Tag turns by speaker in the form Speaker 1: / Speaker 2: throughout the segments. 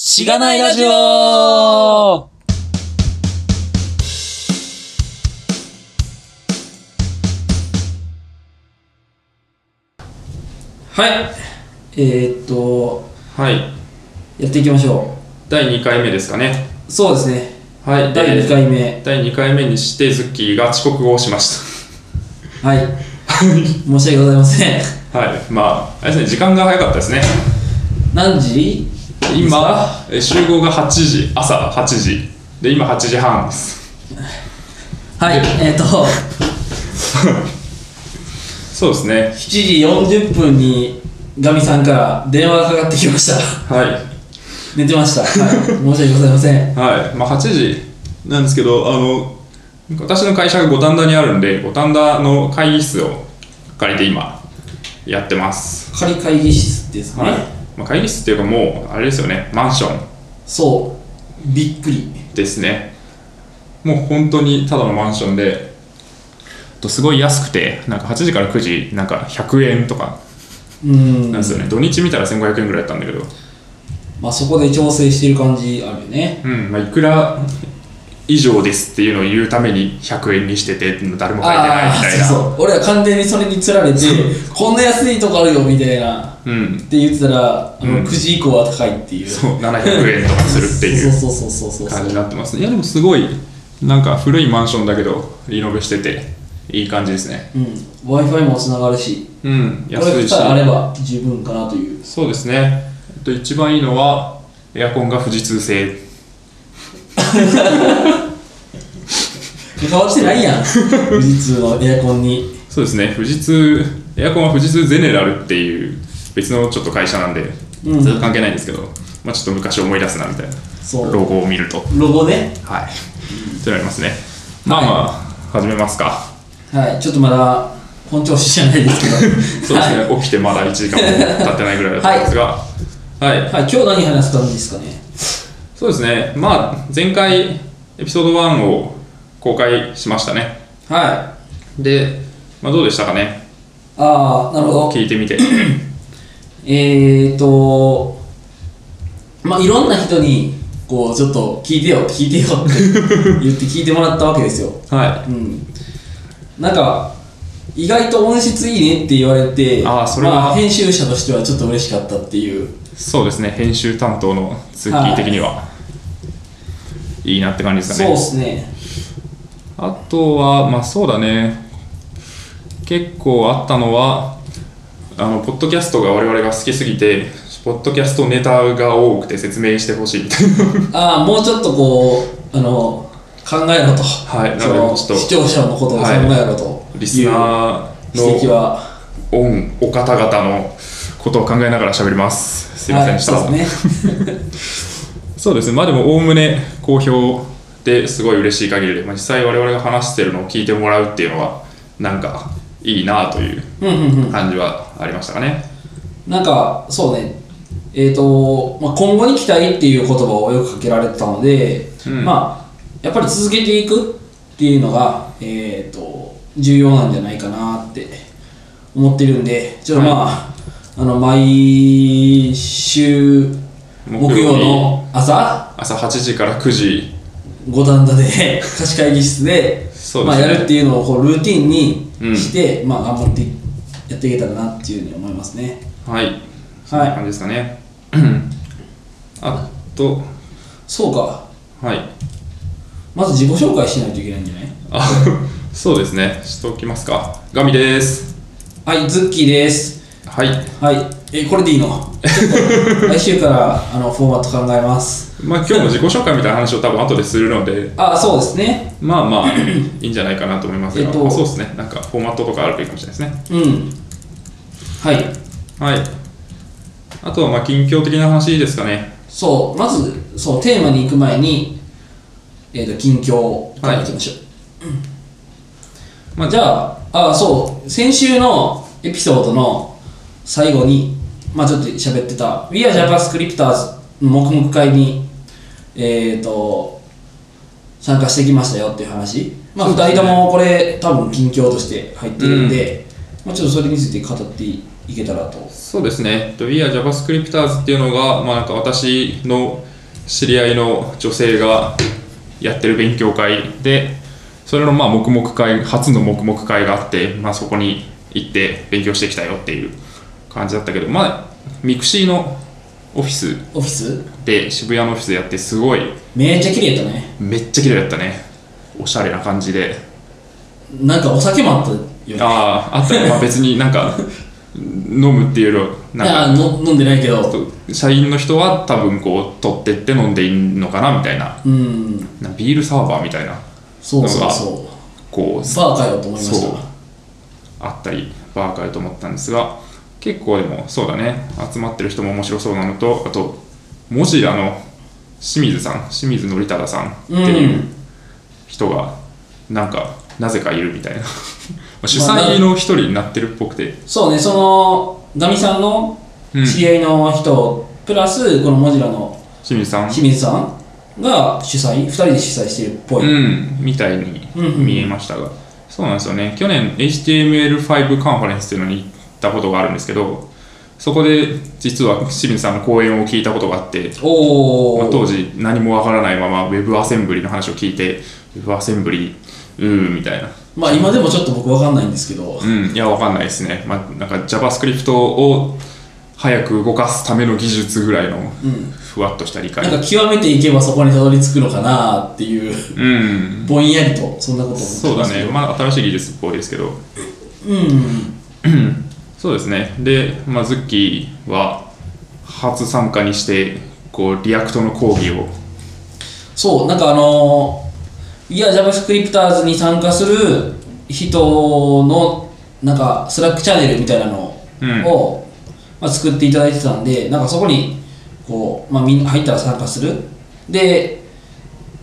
Speaker 1: しがないラジオ
Speaker 2: はい、
Speaker 1: えー、っと、
Speaker 2: はい、
Speaker 1: やっていきましょ
Speaker 2: 第2回目ですかね。
Speaker 1: う。そうですね。
Speaker 2: はい、
Speaker 1: 第2
Speaker 2: で
Speaker 1: 回目。
Speaker 2: 第2回目にして、ズッキーが遅刻をしまし
Speaker 1: はい。 申し訳ございません。
Speaker 2: た。 はい、まあ、あれですね、時間が早かったですね。
Speaker 1: 何時
Speaker 2: 今、え集合が8時、朝8時。で、今8時半です。
Speaker 1: はい。えー、っと、
Speaker 2: そうですね。
Speaker 1: 7時40分にガミさんから電話がかかってきました。
Speaker 2: はい。
Speaker 1: 寝てました。はい。申し訳ございません。
Speaker 2: はい、まあ8時なんですけど、あの、私の会社が五反田にあるんで、五反田の会議室を借りて今、やってます。
Speaker 1: 仮会議室ですね。
Speaker 2: はい。まあ、会議室っていうかもう、あれですよね、マンション。
Speaker 1: そう。びっくり。
Speaker 2: ですねもう本当にただのマンションでとすごい安くてなんか8時から9時なんか100円とか
Speaker 1: うん
Speaker 2: なん。ですよね、土日見たら1500円ぐらいだったんだけど
Speaker 1: まあそこで調整してる感じあるよね。
Speaker 2: うんまあいくら以上ですっていうのを言うために100円にしてて誰も書いてないみ
Speaker 1: ああ
Speaker 2: たい
Speaker 1: ー、
Speaker 2: な
Speaker 1: そうそう。俺ら完全にそれにつられて、こんな安いとこあるよみたいな。
Speaker 2: うん
Speaker 1: って言ってたら、あの
Speaker 2: うん
Speaker 1: 9時以降は高いっていう。
Speaker 2: そう700円とかするっていう
Speaker 1: そうそうそうそうそう
Speaker 2: 感じになってますねいやでもすごいなんか古いマンションだけどリノベしてていい感じですね
Speaker 1: うん w i f i もつながるし
Speaker 2: うん
Speaker 1: これ
Speaker 2: 安い
Speaker 1: 2
Speaker 2: し
Speaker 1: つあれば十分かなという
Speaker 2: そうですね、えっと、一番いいのはエアコンが富士通製
Speaker 1: 変わってない やん富士通のエアコンに
Speaker 2: そうですね富士通エアコンは富士通ゼネラルっていう別のちょっと会社なんで、
Speaker 1: うん
Speaker 2: 全然関係ないんですけど、まあ、ちょっと昔思い出すなみたいな
Speaker 1: そう
Speaker 2: ロゴを見ると
Speaker 1: ロゴね
Speaker 2: はいってなりますねまあまあ、始めますか
Speaker 1: はいちょっとまだ本調子じゃないですけど
Speaker 2: そうですね、起きてまだ1時間も経ってないぐらいだったんですがはい、
Speaker 1: はい、はい、今日何話したんですかね
Speaker 2: そうですねまあ前回エピソード1を公開しましたね
Speaker 1: はい
Speaker 2: で、まあ、どうでしたかね
Speaker 1: ああなるほど
Speaker 2: 聞いて みて
Speaker 1: えーとまあいろんな人にこうちょっと聞いてよ聞いてよって言って聞いてもらったわけですよ
Speaker 2: は
Speaker 1: うん、なんか意外と音質いいねって言われて
Speaker 2: あーそれは
Speaker 1: まあ、編集者としてはちょっと嬉しかったっていう
Speaker 2: いそうですね編集担当の通勤的には、い、いなって感じです
Speaker 1: そ
Speaker 2: か
Speaker 1: う
Speaker 2: ね
Speaker 1: ですね
Speaker 2: あとはまあそうだね結構あったのはあのポッドキャストが我々が好きすぎてポッドキャストネタが多くて説明してほしいみたい な
Speaker 1: ああもうちょっとこうあの考えろと,、
Speaker 2: はいなので
Speaker 1: その
Speaker 2: ちょっと
Speaker 1: 視聴者のことを考えろと
Speaker 2: リス
Speaker 1: いう
Speaker 2: ナ
Speaker 1: 指摘
Speaker 2: ーの
Speaker 1: は
Speaker 2: オンお方々のことを考えながら喋りますすいませんでした、
Speaker 1: はい、そうですね
Speaker 2: そうですね、まあでも、おおむね好評ですごい嬉しい限りで、まあ、実際我々が話してるのを聞いてもらうっていうのは、なんかいいなという
Speaker 1: うんうんうん
Speaker 2: 感じはありましたかね。
Speaker 1: なんかそうねえーとまあ、今後に期待っていう言葉をよくかけられてたので、
Speaker 2: うん
Speaker 1: まあ、やっぱり続けていくっていうのが、えー、と重要なんじゃないかなって思ってるんでちょっとまあ,、あの毎週木
Speaker 2: 木
Speaker 1: 曜
Speaker 2: 曜日
Speaker 1: の朝
Speaker 2: 朝8時から9時、
Speaker 1: 五反田 で貸し会議室で
Speaker 2: そう
Speaker 1: ま
Speaker 2: で
Speaker 1: あ、
Speaker 2: すね
Speaker 1: やるっていうのをこうルーティン
Speaker 2: う
Speaker 1: に
Speaker 2: ん
Speaker 1: して、まあ、頑張ってやっていけたらなっていうふうに思いますね。
Speaker 2: はい、そんな感じですかね。あと、
Speaker 1: そうか
Speaker 2: はい、
Speaker 1: まず自己紹介しないといけないんじゃない
Speaker 2: あ そうですね、しておきますか。ガミです。
Speaker 1: はい、ズッキーです。
Speaker 2: はい、
Speaker 1: はい、え、これでいいのちょっと来週からあのフォーマット考えます。
Speaker 2: まあ今日も自己紹介みたいな話を多分後でするので、
Speaker 1: あ、そうですね。
Speaker 2: まあまあいいんじゃないかなと思いますが、
Speaker 1: えっと
Speaker 2: あそうですねなんかフォーマットとかあるといいかもしれないです
Speaker 1: う
Speaker 2: ね
Speaker 1: ん。はい、
Speaker 2: はいあとはまあ近況的な話ですかね
Speaker 1: そう、まず、そう、テーマに行く前に、えっ、と、近況からいきましょう。
Speaker 2: まあ
Speaker 1: じゃあ、あ、そう、先週のエピソードの最後に、まあちょっと喋ってた、We are JavaScripters の黙々会に、えっ、と、参加してきましたよっていう話。まあ、
Speaker 2: そうで
Speaker 1: 2
Speaker 2: すね
Speaker 1: 人ともこれ、多分近況として入ってるんで、まあちょっとそれについて語っていけたらと。
Speaker 2: そうですねえっと We are JavaScripters っていうのが、まあ、なんか私の知り合いの女性がやってる勉強会でそれのまあ黙々会初の黙々会があって、まあ、そこに行って勉強してきたよっていう感じだったけどまあミクシーのオフィス
Speaker 1: オフィス
Speaker 2: で渋谷のオフィスでやってすごい
Speaker 1: めっちゃ綺麗だったね
Speaker 2: めっちゃ綺麗だったねおしゃれな感じで
Speaker 1: なんかお酒もあったよね
Speaker 2: あああったね、まあ、別になんか飲むっていうより
Speaker 1: い
Speaker 2: はなんか
Speaker 1: やの飲んでないけど
Speaker 2: 社員の人は多分こう取ってって飲んでいいのかなみたいな
Speaker 1: うん
Speaker 2: なビールサーバーみたいな
Speaker 1: そうそうそ
Speaker 2: こ
Speaker 1: う
Speaker 2: う
Speaker 1: バーかよと思いまし
Speaker 2: そう
Speaker 1: た
Speaker 2: あったりバーかよと思ったんですが結構でもそうだね集まってる人も面白そうなのとあともしあの清水さん清水則忠さんっていううん人がなんかなぜかいるみたい なまあ主催の一人になってるっぽくて、
Speaker 1: そうねそのガミさんの
Speaker 2: うん、
Speaker 1: 知
Speaker 2: 清
Speaker 1: り合いの人、プラスこのモジラの
Speaker 2: 水さん
Speaker 1: 清水さんが主催2人で主催してるっぽい、
Speaker 2: うん、みたいに見えましたが、そうなんですよね去年 HTML5 カンファレンスっていうのに行ったことがあるんですけどそこで実は清水さんの講演を聞いたことがあって、
Speaker 1: おお、
Speaker 2: まあ当時何もわからないまま Web アセンブリの話を聞いて Web アセンブリうーんみたいな
Speaker 1: まあ今でもちょっと僕わかんないんですけど、
Speaker 2: うんいやわかんないですね、まあ、なんか JavaScript を早く動かすための技術ぐらいの
Speaker 1: うん、
Speaker 2: ふわっとした理解
Speaker 1: なんか極めていけばそこにたどり着くのかなっていう
Speaker 2: うん
Speaker 1: ぼんやりとそんなこと思って
Speaker 2: そう
Speaker 1: ま
Speaker 2: だ
Speaker 1: すけ
Speaker 2: ね
Speaker 1: ど
Speaker 2: まあ新しい技術っぽいですけど
Speaker 1: うん
Speaker 2: そうですね。で、まあ、ズッキーは初参加にして、こう、リアクトの講義を。
Speaker 1: そうなんかあのーいや JavaScripters に参加する人のなんかスラックチャンネルみたいなの
Speaker 2: うん
Speaker 1: を、まあ、作っていただいてたんでなんかそこにこう、まあ、みんな入ったら参加するで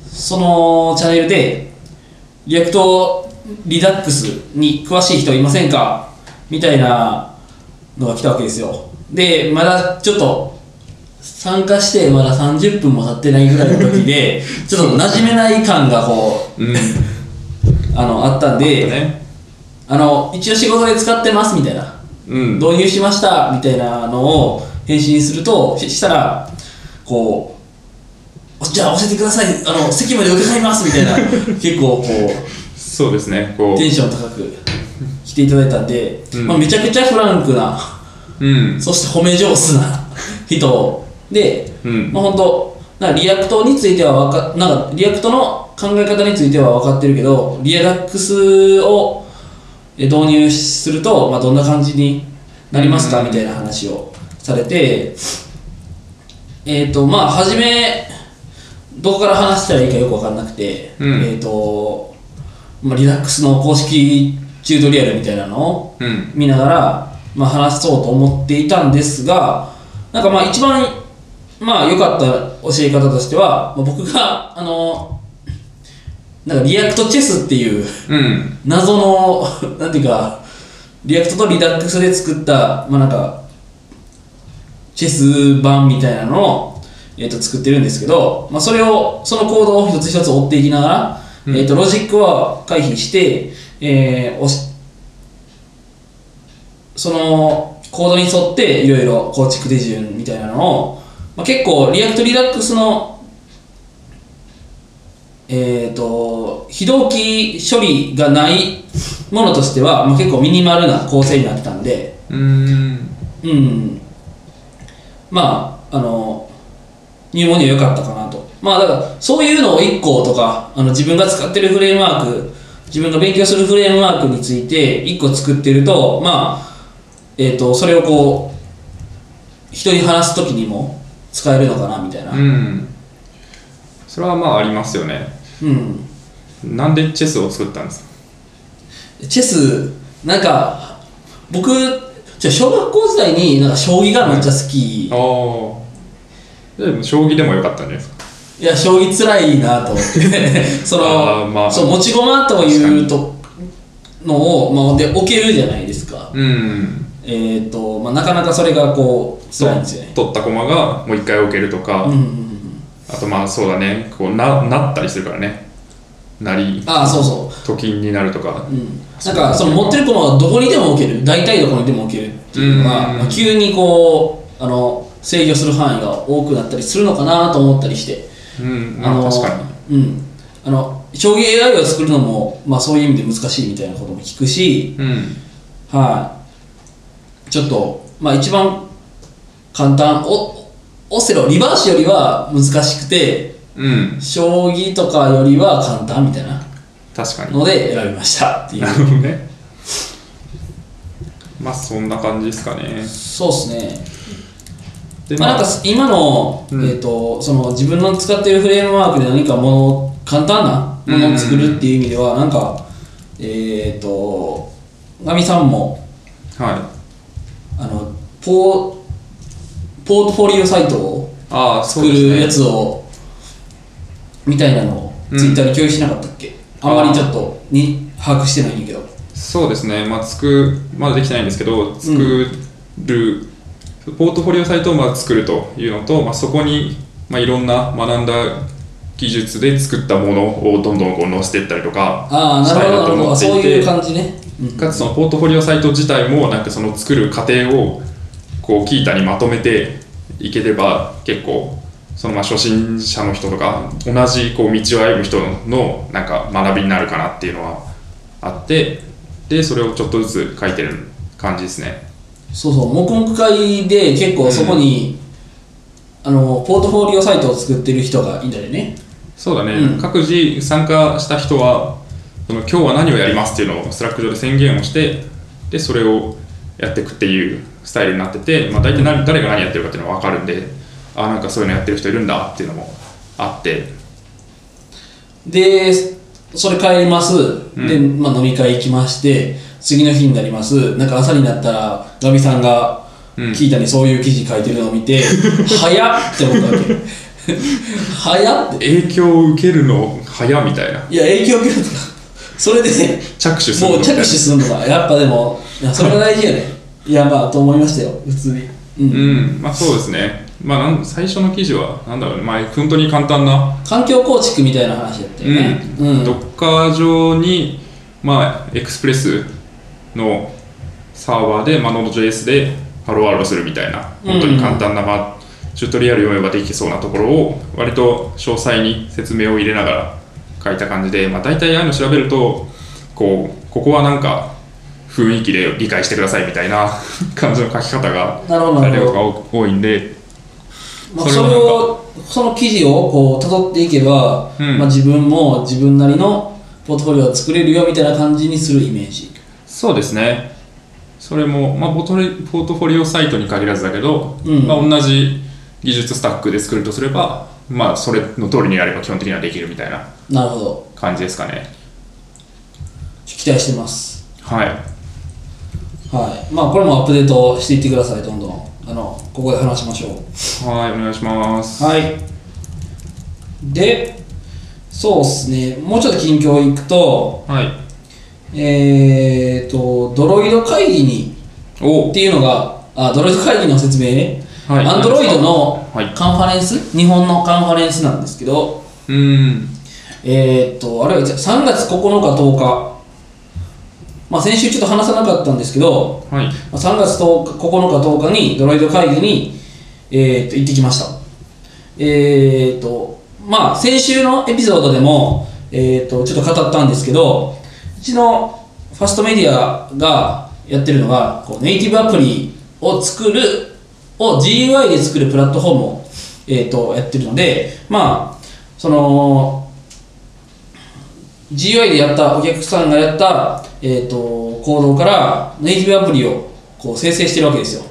Speaker 1: そのチャンネルでリアクトリダックスに詳しい人いませんかみたいなのが来たわけですよでまだちょっと参加してまだ30分も経ってないぐらいの時 でちょっと馴染めない感がこう
Speaker 2: うん。
Speaker 1: あのあったんで
Speaker 2: ね。
Speaker 1: あの一応仕事で使ってますみたいな
Speaker 2: うん。
Speaker 1: 導入しましたみたいなのを返信するとししたらこうじゃあ教えてくださいあの席まで伺いますみたいな 結構こう
Speaker 2: そうですね。こ
Speaker 1: テンション高く来ていただいたんで、
Speaker 2: うん
Speaker 1: まあ、めちゃくちゃフランクな
Speaker 2: う。うん。
Speaker 1: そして褒め上手な人で、
Speaker 2: うん
Speaker 1: まあ本当なんかリアクトについてはわかなんかリアクトの考え方については分かってるけどリアダックスをえ導入すると、まあ、どんな感じになりますか
Speaker 2: うん
Speaker 1: みたいな話をされてえっ、とまあ初めどこから話したらいいかよく分かんなくて、
Speaker 2: うん
Speaker 1: えっ、と、まあ、リダックスの公式チュートリアルみたいなのを
Speaker 2: うん。
Speaker 1: 見ながら、まあ、話そうと思っていたんですがなんかまあ一番まあ良かった教え方としては、まあ、僕があのなんかリアクトチェスっていう
Speaker 2: うん。
Speaker 1: 謎の なんていうかリアクトとリダックスで作ったまあなんかチェス版みたいなのを、えー、と作ってるんですけど、まあ、それをその行動を一つ一つ追っていきながら、
Speaker 2: うん
Speaker 1: えー、とロジックは回避して、えーおしそのコードに沿っていろいろ構築手順みたいなのを、まあ、結構リアクトリダックスのえっ、と非同期処理がないものとしては、まあ、結構ミニマルな構成になったんで、
Speaker 2: うん。
Speaker 1: うん、まああの入門には良かったかなとまあだからそういうのを1個とかあの自分が使ってるフレームワーク自分が勉強するフレームワークについて1個作ってるとまあえっ、とそれをこう人に話す時にも使えるのかなみたいな
Speaker 2: うん。それはまあありますよね。
Speaker 1: うん
Speaker 2: なんでチェスを作ったんですか
Speaker 1: チェスなんか僕じゃあ小学校時代になんか将棋がめっちゃ好き、
Speaker 2: ああ。でも将棋でもよかったんじゃないですか。
Speaker 1: いや将棋つらいなと思ってそ
Speaker 2: あ
Speaker 1: の、
Speaker 2: ーまあ
Speaker 1: そう持ち駒というとのを、まあ、で置けるじゃないですか、
Speaker 2: うん。
Speaker 1: えっ、と、まあ、なかなかそれがこう辛いんですよね
Speaker 2: 取った駒がもう一回置けるとか、
Speaker 1: うんうんうん
Speaker 2: あとまあそうだね、こうな、なったりするからね。なり、
Speaker 1: ああそうそ
Speaker 2: と金になるとか
Speaker 1: う、うん、なんかその持ってる駒はどこにでも置ける大体どこにでも置けるっていうのが、
Speaker 2: うん
Speaker 1: まあ急にこうあの制御する範囲が多くなったりするのかなと思ったりして、
Speaker 2: うん、まあ、確かに。
Speaker 1: にうんあの将棋 AI を作るのも、まあ、そういう意味で難しいみたいなことも聞くし
Speaker 2: うん。
Speaker 1: はいちょっとまあ一番簡単おオセロリバーシよりは難しくて
Speaker 2: うん。
Speaker 1: 将棋とかよりは簡単みたいな
Speaker 2: 確かに。
Speaker 1: ので選びましたってい
Speaker 2: なる
Speaker 1: う
Speaker 2: ほどね。まあ、そんな感じですかね。
Speaker 1: そうですね
Speaker 2: で、
Speaker 1: まあ、なんか今の,、
Speaker 2: うん
Speaker 1: えー、とその自分の使っているフレームワークで何かものを簡単なものを作るっていう意味では、なんかえっ、とガミさんも
Speaker 2: はい。
Speaker 1: あのポーポートフォリオサイトを
Speaker 2: ああ、そう
Speaker 1: 作
Speaker 2: です
Speaker 1: る
Speaker 2: ね。
Speaker 1: やつを、みたいなのを
Speaker 2: うん
Speaker 1: ツイッターで共有しなかったっけ、
Speaker 2: あー
Speaker 1: あんまりちょっとに把握してないんだけど
Speaker 2: そうですね、まあ、作まだできてないんですけど、作る、ポートフォリオサイトをまず作るというのと、まあ、そこに、まあ、いろんな学んだ技術で作ったものをどんどんこう載せていったりとか
Speaker 1: ああ
Speaker 2: し
Speaker 1: な
Speaker 2: た
Speaker 1: る
Speaker 2: い
Speaker 1: ほど
Speaker 2: な
Speaker 1: な
Speaker 2: と
Speaker 1: るほ
Speaker 2: 思
Speaker 1: ど
Speaker 2: っ
Speaker 1: そう
Speaker 2: てい
Speaker 1: い
Speaker 2: て、
Speaker 1: う感じね、うん
Speaker 2: かつそのポートフォリオサイト自体も、なんかその作る過程をこうキータにまとめていければ、結構、そのまあ初心者の人とか、同じこう道を歩む人のなんか学びになるかなっていうのはあって、で、それをちょっとずつ書いてる感じですね。
Speaker 1: そうそう黙々会で結構そこに、あのポートフォリオサイトを作ってる人がいたりね
Speaker 2: そうだね、
Speaker 1: うん
Speaker 2: 各自参加した人は、その今日は何をやりますっていうのをスラック上で宣言をして、で、それをやっていくっていうスタイルになってて、まあ、大体何誰が何やってるかっていうのは分かるんで、あ、なんかそういうのやってる人いるんだっていうのもあって、
Speaker 1: でそれ帰ります、
Speaker 2: ん
Speaker 1: で、まあ、飲み会行きまして次の日になりますなんか朝になったらガミさんが
Speaker 2: うん
Speaker 1: 聞いたにそういう記事書いてるのを見 て、早っって思ったわけ 早っって
Speaker 2: 影響を受けるの早みたいな、
Speaker 1: いや影響受けるとかそれでね
Speaker 2: 着手する
Speaker 1: も
Speaker 2: の
Speaker 1: う
Speaker 2: み
Speaker 1: 着
Speaker 2: たい
Speaker 1: 手
Speaker 2: な。
Speaker 1: するのがやっぱでもいやそれが大事やねいやまあと思いましたよ普通にうん
Speaker 2: うん、まあそうですね。まあなん最初の記事は、なんだろうね、まあ本当に簡単な
Speaker 1: 環境構築みたいな話やったよね。
Speaker 2: う
Speaker 1: うん
Speaker 2: ん、ドッカー上に、まあ、エクスプレスのサーバーで、まあ、Node.js でハローワールドするみたいな
Speaker 1: うん
Speaker 2: 本当に簡単な、まあ、チュートリアル読めばできそうなところを割と詳細に説明を入れながら書いた感じで、まあ、大体ああいうの調べるとこうここはなんか雰囲気で理解してくださいみたいな感じの書き方が
Speaker 1: なるほど
Speaker 2: さ
Speaker 1: な
Speaker 2: れ
Speaker 1: る
Speaker 2: る
Speaker 1: ほ
Speaker 2: こと
Speaker 1: ど。
Speaker 2: が多多いんで。
Speaker 1: まあ、
Speaker 2: それ
Speaker 1: そ
Speaker 2: を
Speaker 1: れをその記事をこう辿っていけば、
Speaker 2: うん
Speaker 1: まあ、自分も自分なりのポートフォリオを作れるよみたいな感じにするイメージ。
Speaker 2: そうですねそれも、まあ、ポートリポートフォリオサイトに限らずだけど、
Speaker 1: うん
Speaker 2: まあ、同じ技術スタックで作るとすれば、まあ、それの通りにやれば基本的にはできるみたいな
Speaker 1: なるほど。
Speaker 2: 感じですかね
Speaker 1: 期待してます。
Speaker 2: はい
Speaker 1: はい。まあこれもアップデートしていってくださいどんどん。あのここで話しましょう。
Speaker 2: はいお願いします
Speaker 1: はい。で、そうですね。もうちょっと近況いくと、
Speaker 2: はい
Speaker 1: えーとドロイド会議に
Speaker 2: お
Speaker 1: っ、ていうのが、あドロイド会議の説明ね、
Speaker 2: はい
Speaker 1: アンドロイドの
Speaker 2: はい
Speaker 1: カンファレンス、日本のカンファレンスなんですけど、
Speaker 2: うん
Speaker 1: えーっと、あれは3月9日、10日、まあ、先週ちょっと話さなかったんですけど、
Speaker 2: はい
Speaker 1: まあ3月10日9日、10日にドロイド会議に、えーっと行ってきました。えーっと、まあ、先週のエピソードでも、えーっと、ちょっと語ったんですけど、うちのファストメディアがやってるのが、こうネイティブアプリを作る、を GUI で作るプラットフォームを、えーっと、やってるので、まあ、その、GUI でやったお客さんがやった、えー、と行動からネイティブアプリをこう生成してるわけですよ、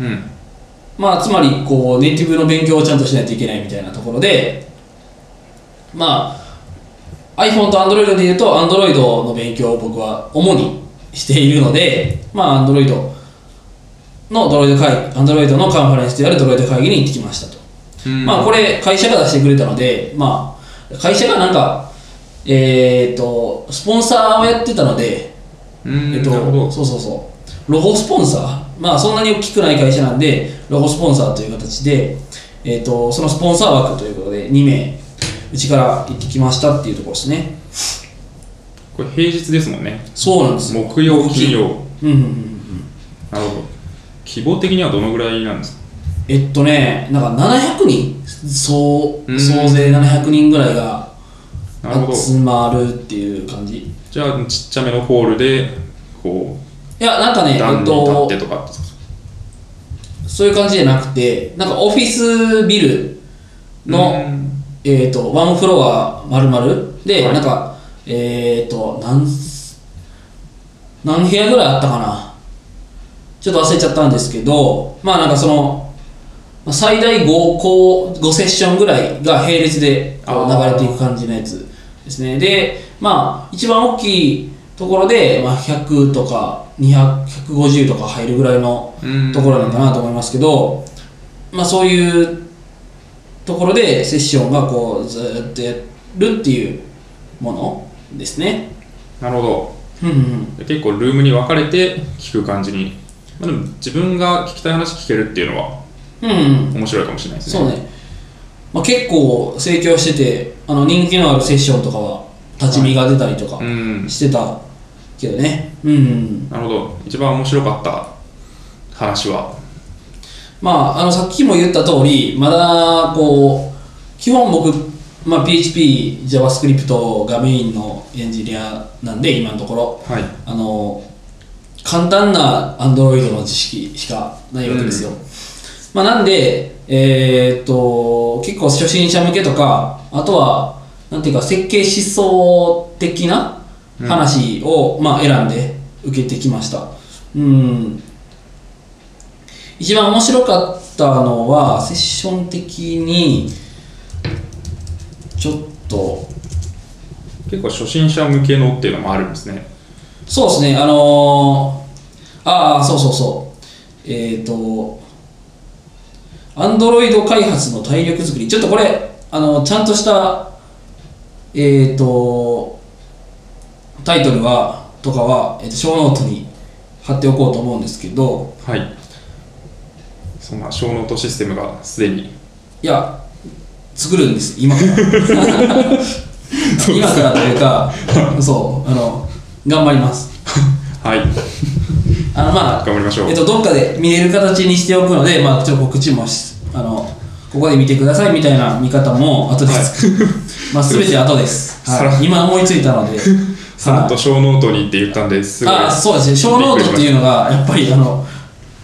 Speaker 2: うん
Speaker 1: まあ、つまりこうネイティブの勉強をちゃんとしないといけないみたいなところで、まあ、iPhone と Android でいうと Android の勉強を僕は主にしているので、まあ、Android のドロイド会 Android のカンファレンスであるドロイド会議に行ってきましたと
Speaker 2: うん
Speaker 1: まあこれ会社が出してくれたので、まあ、会社がなんか、えっとスポンサーをやってたので、
Speaker 2: うん
Speaker 1: えっ
Speaker 2: なるほ
Speaker 1: と、
Speaker 2: ど
Speaker 1: そうそうそうロゴスポンサー、まあ、そんなに大きくない会社なんでロゴスポンサーという形で、えっとそのスポンサー枠ということで2名うちから行ってきましたっていうところですね
Speaker 2: これ平日ですもんね
Speaker 1: そうなんですよ
Speaker 2: 木曜金曜
Speaker 1: うんうんうんうん
Speaker 2: なるほど規模的にはどのぐらいなんですか
Speaker 1: えっとねなんか700人総
Speaker 2: うん
Speaker 1: 総勢700人ぐらいが
Speaker 2: なるほど
Speaker 1: 集まるっていう感じい
Speaker 2: じゃあちっちゃめのホールでこ
Speaker 1: やなんかね
Speaker 2: う
Speaker 1: えっ
Speaker 2: 段に立
Speaker 1: と
Speaker 2: ってとかって
Speaker 1: そういう感じじゃなくてなんかオフィスビルの、
Speaker 2: うん
Speaker 1: えっとワンフロア丸々で、
Speaker 2: はい
Speaker 1: なんかえっと何何部屋ぐらいあったかなちょっと忘れちゃったんですけどまあなんかそのまあ最大5こう5セッションぐらいが並列でこう
Speaker 2: あー
Speaker 1: 流れていく感じのやつですねでまあ一番大きいところで、まあ、100とか250とか入るぐらいの
Speaker 2: うん
Speaker 1: ところなんだなと思いますけど、まあ、そういうところでセッションがこうずーっとやるっていうものですね。
Speaker 2: なるほど
Speaker 1: うんうん
Speaker 2: で結構ルームに分かれて聞く感じに、まあ、でも自分が聞きたい話聞けるっていうのは
Speaker 1: うんうん
Speaker 2: 面白いかもしれないですね
Speaker 1: そうね、まあ、結構盛況しててあの人気のあるセッションとかは立ち見が出たりとか
Speaker 2: うん
Speaker 1: してたけどね、うんうん
Speaker 2: なるほど一番面白かった話は
Speaker 1: まああのさっきも言った通りまだこう基本僕、まあ、PHPJavaScript がメインのエンジニアなんで今のところ
Speaker 2: はい
Speaker 1: あの簡単な Android の知識しかないわけですよ、まあ、なんで、えーっと結構初心者向けとかあとはなんていうか設計思想的な話を、まあ、選んで受けてきましたうん一番面白かったのはセッション的にちょっと
Speaker 2: 結構初心者向けのっていうのもあるんですね
Speaker 1: そうですね、あのー、ああ、そうそうそう、えっ、ー、と、アンドロイド開発の体力作り、ちょっとこれ、あのちゃんとした、えっ、ー、と、タイトルは、とかは、えーと、小ノートに貼っておこうと思うんですけど、
Speaker 2: はいそんな小ノートシステムがすでに
Speaker 1: いや、作るんです、今 から。今からというか、そう、あの、頑張ります。
Speaker 2: はい
Speaker 1: あのまあ
Speaker 2: 頑張りましょう、
Speaker 1: えっと、どっかで見れる形にしておくので、まあ、ちょっと告知もしあのここで見てくださいみたいな見方も後です、まあ全て後です、
Speaker 2: さ
Speaker 1: は
Speaker 2: ら
Speaker 1: い、今思いついたの で
Speaker 2: さらっと小ノートにって言ったんですぐ
Speaker 1: あそうですね小ノートっていうのがやっぱりあの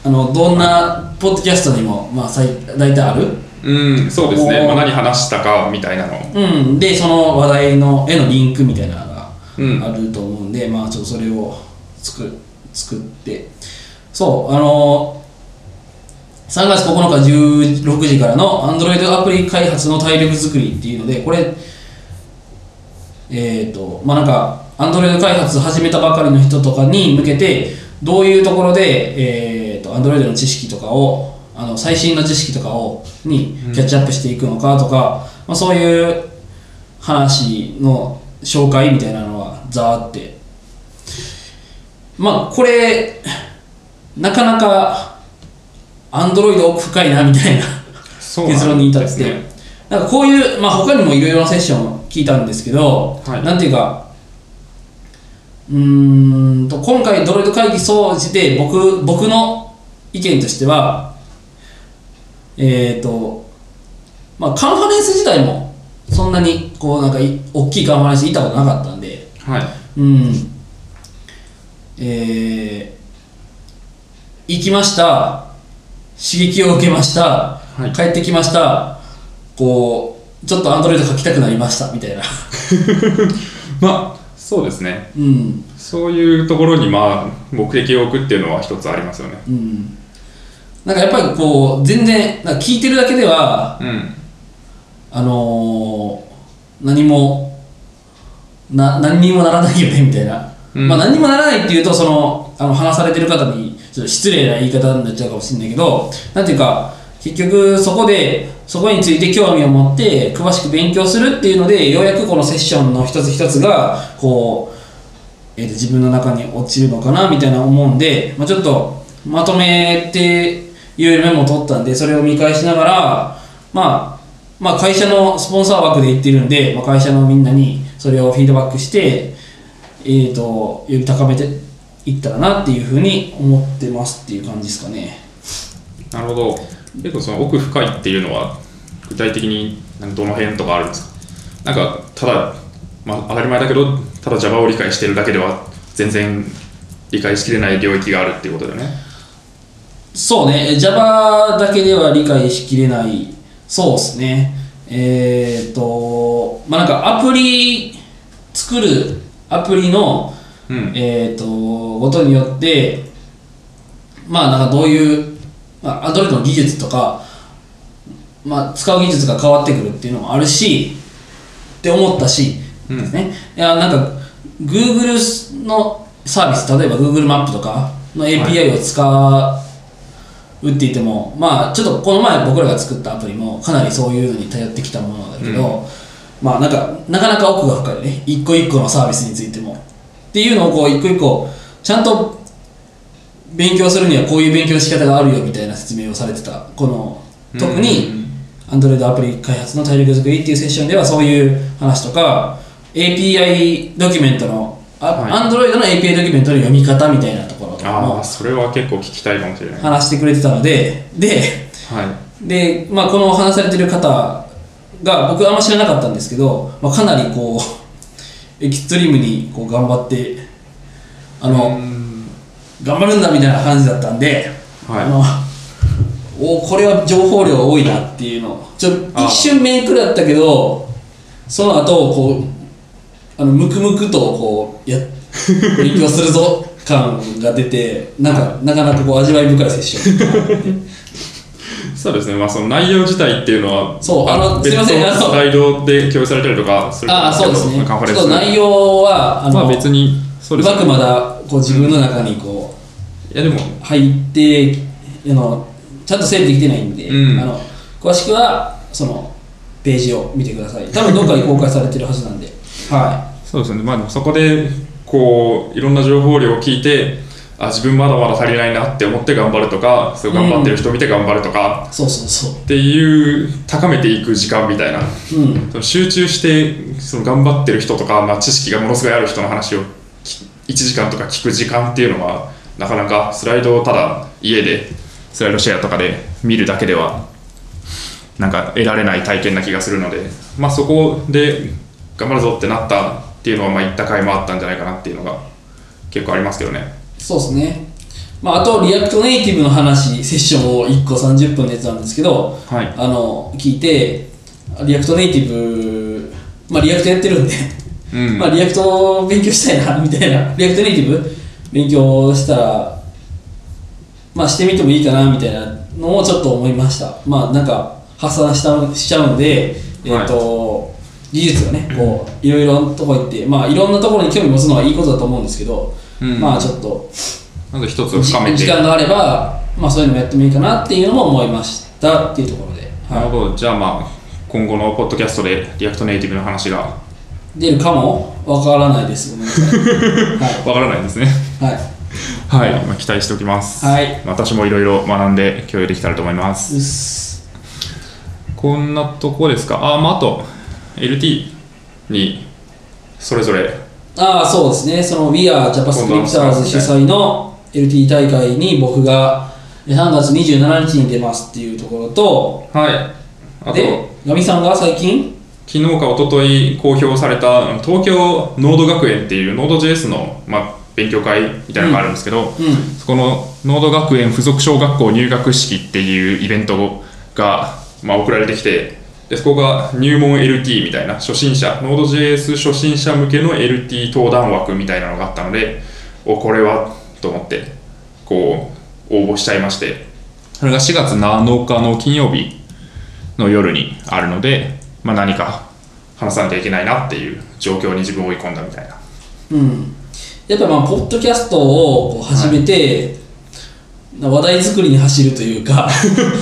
Speaker 1: あのどんなポッドキャストにも、まあ、最大体ある
Speaker 2: うんそうです
Speaker 1: お
Speaker 2: ね、
Speaker 1: ー
Speaker 2: まあ、何話したかみたいなの
Speaker 1: うん、でその話題の絵のリンクみたいなのが
Speaker 2: うん
Speaker 1: あると思うんで、まあちょっとそれを作作ってそうあの3月9日16時からの Android アプリ開発の体力作りっていうのでこれえっ、とまあなんか Android 開発始めたばかりの人とかに向けてどういうところで、えー、と Android の知識とかをあの最新の知識とかをにキャッチアップしていくのかとか、まあ、そういう話の紹介みたいなのはざーってまあこれなかなか Android 奥深いなみたいな
Speaker 2: そうなん
Speaker 1: 結論に至っ
Speaker 2: で
Speaker 1: て、
Speaker 2: すね
Speaker 1: なんかこういう、まあ、他にもいろいろなセッションを聞いたんですけど、
Speaker 2: はい
Speaker 1: なんていうかうーんと今回ドロイド会議総じて僕僕の意見としてはえっ、とまあカンファレンス自体もそんなにこうなんかい大きいカンファレンス行ったことなかったんで
Speaker 2: はい
Speaker 1: うんえー行きました刺激を受けました、
Speaker 2: はい
Speaker 1: 帰ってきましたこうちょっとアンドロイド書きたくなりましたみたい な
Speaker 2: まあそうですね
Speaker 1: うん
Speaker 2: そういうところにまあ目的を置くっていうのは一つありますよね。
Speaker 1: うんなんかやっぱりこう全然なんか聞いてるだけでは
Speaker 2: うん。
Speaker 1: あのー何もな何にもならないよねみたいな、
Speaker 2: うん
Speaker 1: まあ何にもならないっていうとそのあの話されてる方にちょっと失礼な言い方になっちゃうかもしれないけどなんていうか結局そこでそこについて興味を持って詳しく勉強するっていうのでようやくこのセッションの一つ一つがこう、えーと自分の中に落ちるのかなみたいな思うんで、まあ、ちょっとまとめていろいろメモを取ったんでそれを見返しながらまあまあ、会社のスポンサー枠で行ってるんで、まあ、会社のみんなにそれをフィードバックして、えー、とより高めていったらなっていうふうに思ってますっていう感じですかね。
Speaker 2: なるほど。結構その奥深いっていうのは具体的になんかどの辺とかあるんですかなんかただ、まあ、当たり前だけどただ Java を理解してるだけでは全然理解しきれない領域があるっていうことだよね
Speaker 1: そうね、Java だけでは理解しきれない、そうですね。えっ、と、まあ、なんかアプリ作るアプリの、
Speaker 2: うん
Speaker 1: えっ、と、ことによって、まあ、なんかどういう、まあ、アドレの技術とか、まあ、使う技術が変わってくるっていうのもあるし、って思ったし、
Speaker 2: うん
Speaker 1: ですね。いや、なんか、Google のサービス、例えば Google マップとかの API を使う、打っていてもまあちょっとこの前僕らが作ったアプリもかなりそういうのに頼ってきたものだけど、まあなんかなかなか奥が深いよね一個一個のサービスについてもっていうのをこう一個一個ちゃんと勉強するにはこういう勉強の仕方があるよみたいな説明をされてたこの特
Speaker 2: う
Speaker 1: に
Speaker 2: ん
Speaker 1: Android アプリ開発の体力作りっていうセッションではそういう話とか API ドキュメントの、あ
Speaker 2: はい
Speaker 1: Android の API ドキュメントの読み方みたいなところとか
Speaker 2: あ
Speaker 1: も
Speaker 2: あそれは結構聞きたいかもしれない、は
Speaker 1: 話してくれてたのでで
Speaker 2: い、
Speaker 1: で、まあ、この話されてる方が僕あんま知らなかったんですけど、まあ、かなりこうエキストリームにこう頑張ってあの、
Speaker 2: うん
Speaker 1: 頑張るんだみたいな感じだったんで、
Speaker 2: はい
Speaker 1: あのおこれは情報量多いなっていうのをちょ
Speaker 2: あー
Speaker 1: 一瞬面食らったけどその後こうあのムクムクとこ うや勉強するぞ感が出てなんかなかなかこう味わい深いセッション
Speaker 2: そうですね、まあ、その内容自体っていうのは、
Speaker 1: そうあの
Speaker 2: 別
Speaker 1: すいませんあの
Speaker 2: スライドで共有されたりとかする
Speaker 1: ああそうですね。ち
Speaker 2: カンファレ
Speaker 1: ょ
Speaker 2: ン
Speaker 1: っ
Speaker 2: ス
Speaker 1: と内容はあ
Speaker 2: ま
Speaker 1: の、
Speaker 2: あ別に、そう
Speaker 1: う
Speaker 2: です
Speaker 1: まくまだこう自分の中にこ
Speaker 2: いや、でも、
Speaker 1: う入ってあのちゃんと整理できてないんで、
Speaker 2: うん
Speaker 1: あの詳しくはそのページを見てください。多分どっかに公開されてるはずなんで。は
Speaker 2: そうですね、まあ、でもそこで、こう、いろんな情報量を聞いて、あ、自分まだまだ足りないなって思って頑張るとか、そう頑張ってる人を見て頑張るとか、
Speaker 1: い。そうそうそ
Speaker 2: っていう、高めていく時間みたいな、
Speaker 1: う。うん。
Speaker 2: その集中して、その頑張ってる人とか、まあ、知識がものすごいある人の話をき1時間とか聞く時間っていうのは、なかなかスライドをただ家で、スライドシェアとかで見るだけでは、なんか得られない体験な気がするので、まあ、そこで頑張るぞってなったっていうのは、まあ、言った回もあったんじゃないかなっていうのが結構ありますけどね。
Speaker 1: そうですね。まあ、あと、リアクトネイティブの話、セッションを1個30分のやつなんですけど、
Speaker 2: はい
Speaker 1: あの聞いて、リアクトネイティブ、まあ、リアクトやってるんで、
Speaker 2: うん
Speaker 1: まあ、リアクトを勉強したいな、みたいな、リアクトネイティブ勉強したら、まあ、してみてもいいかな、みたいなのをちょっと思いました。まあ、なんか、発散したしちゃうので、えっ、
Speaker 2: はい
Speaker 1: と、技術がね、こう、いろいろなとこ行って、まあ、いろんなところに興味持つのはいいことだと思うんですけど、
Speaker 2: うん
Speaker 1: まあ、ちょっと、
Speaker 2: なので一つを
Speaker 1: 時
Speaker 2: 深めて
Speaker 1: 時間があれば、まあ、そういうのもやってもいいかなっていうのも思いましたっていうところで、
Speaker 2: なる
Speaker 1: は
Speaker 2: ほどじゃあまあ今後のポッドキャストでリアクトネイティブの話が
Speaker 1: い、出るかもわからないですごめんなさい
Speaker 2: わからないんですね。
Speaker 1: はい、 は
Speaker 2: はい、 まあ、期待しておきます。
Speaker 1: はい
Speaker 2: 私もいろいろ学んで共有できたらと思います。
Speaker 1: い、うっす
Speaker 2: こんなとこですか。あ、まあ、あと LT にそれぞれ
Speaker 1: ああそうですねその We are JavaScripters 主催の LT 大会に僕がえ3月27日に出ますっていうところと
Speaker 2: はい。あ
Speaker 1: で
Speaker 2: と
Speaker 1: ガミさんが最近
Speaker 2: 昨日か一昨日公表された東京ノード学園っていうノード JS のまあ勉強会みたいなのがあるんですけど、
Speaker 1: うん
Speaker 2: そこのノード学園附属小学校入学式っていうイベントが、まあ、送られてきてでそこが入門 LT みたいな初心者ノード JS 初心者向けの LT 登壇枠みたいなのがあったのでおこれはと思ってこう応募しちゃいましてそれが4月7日の金曜日の夜にあるので、まあ、何か話さなきゃいけないなっていう状況に自分を追い込んだみたいな
Speaker 1: うんやっぱまあポッドキャストをこう始めて、話題作りに走るというかあの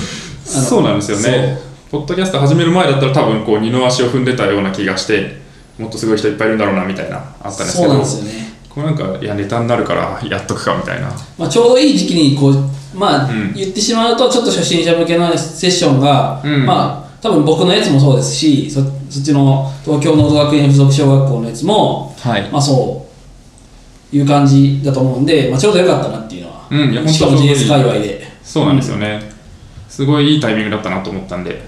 Speaker 2: そうなんですよねポッドキャスト始める前だったら多分こう二の足を踏んでたような気がしてもっとすごい人いっぱいいるんだろうなみたいなあったんですけ
Speaker 1: そう
Speaker 2: ど
Speaker 1: なんですよね
Speaker 2: これなんかいやネタになるからやっとくかみたいな
Speaker 1: まあ、ちょうどいい時期にこう、まあ
Speaker 2: うん
Speaker 1: 言ってしまうとちょっと初心者向けのセッションが、
Speaker 2: うん
Speaker 1: まあ、多分僕のやつもそうですしそそっちの東京農道学園附属小学校のやつも、
Speaker 2: はい
Speaker 1: まあ、そういう感じだと思うんで、まあ、ちょうどよかったなっていうのは、
Speaker 2: うんいや
Speaker 1: しかも
Speaker 2: 本当に
Speaker 1: GS 界隈で
Speaker 2: そうなんですよね、すごいいいタイミングだったなと思ったんで、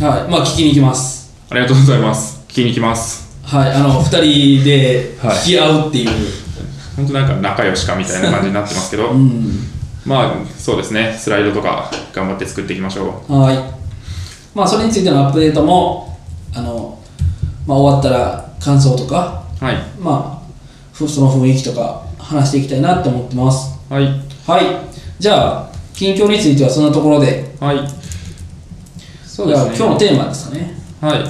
Speaker 1: はい、まあ聞きに行きます。
Speaker 2: ありがとうございます。聞きに来ます。
Speaker 1: はい、あの、二人で聞き合うっていう。
Speaker 2: 本当なんか仲良しかみたいな感じになってますけど、まあそうですね、スライドとか頑張って作っていきましょ
Speaker 1: うん、はい。まあそれについてのアップデートも、あの、まあ終わったら感想とか、
Speaker 2: う。はい。
Speaker 1: まあ、ふその雰囲気とか話していきたいなって思ってます。
Speaker 2: はい。
Speaker 1: はい。じゃあ、近況についてはそんなところで、
Speaker 2: はい。そうですね
Speaker 1: じゃあ今日のテーマですかね。
Speaker 2: はい、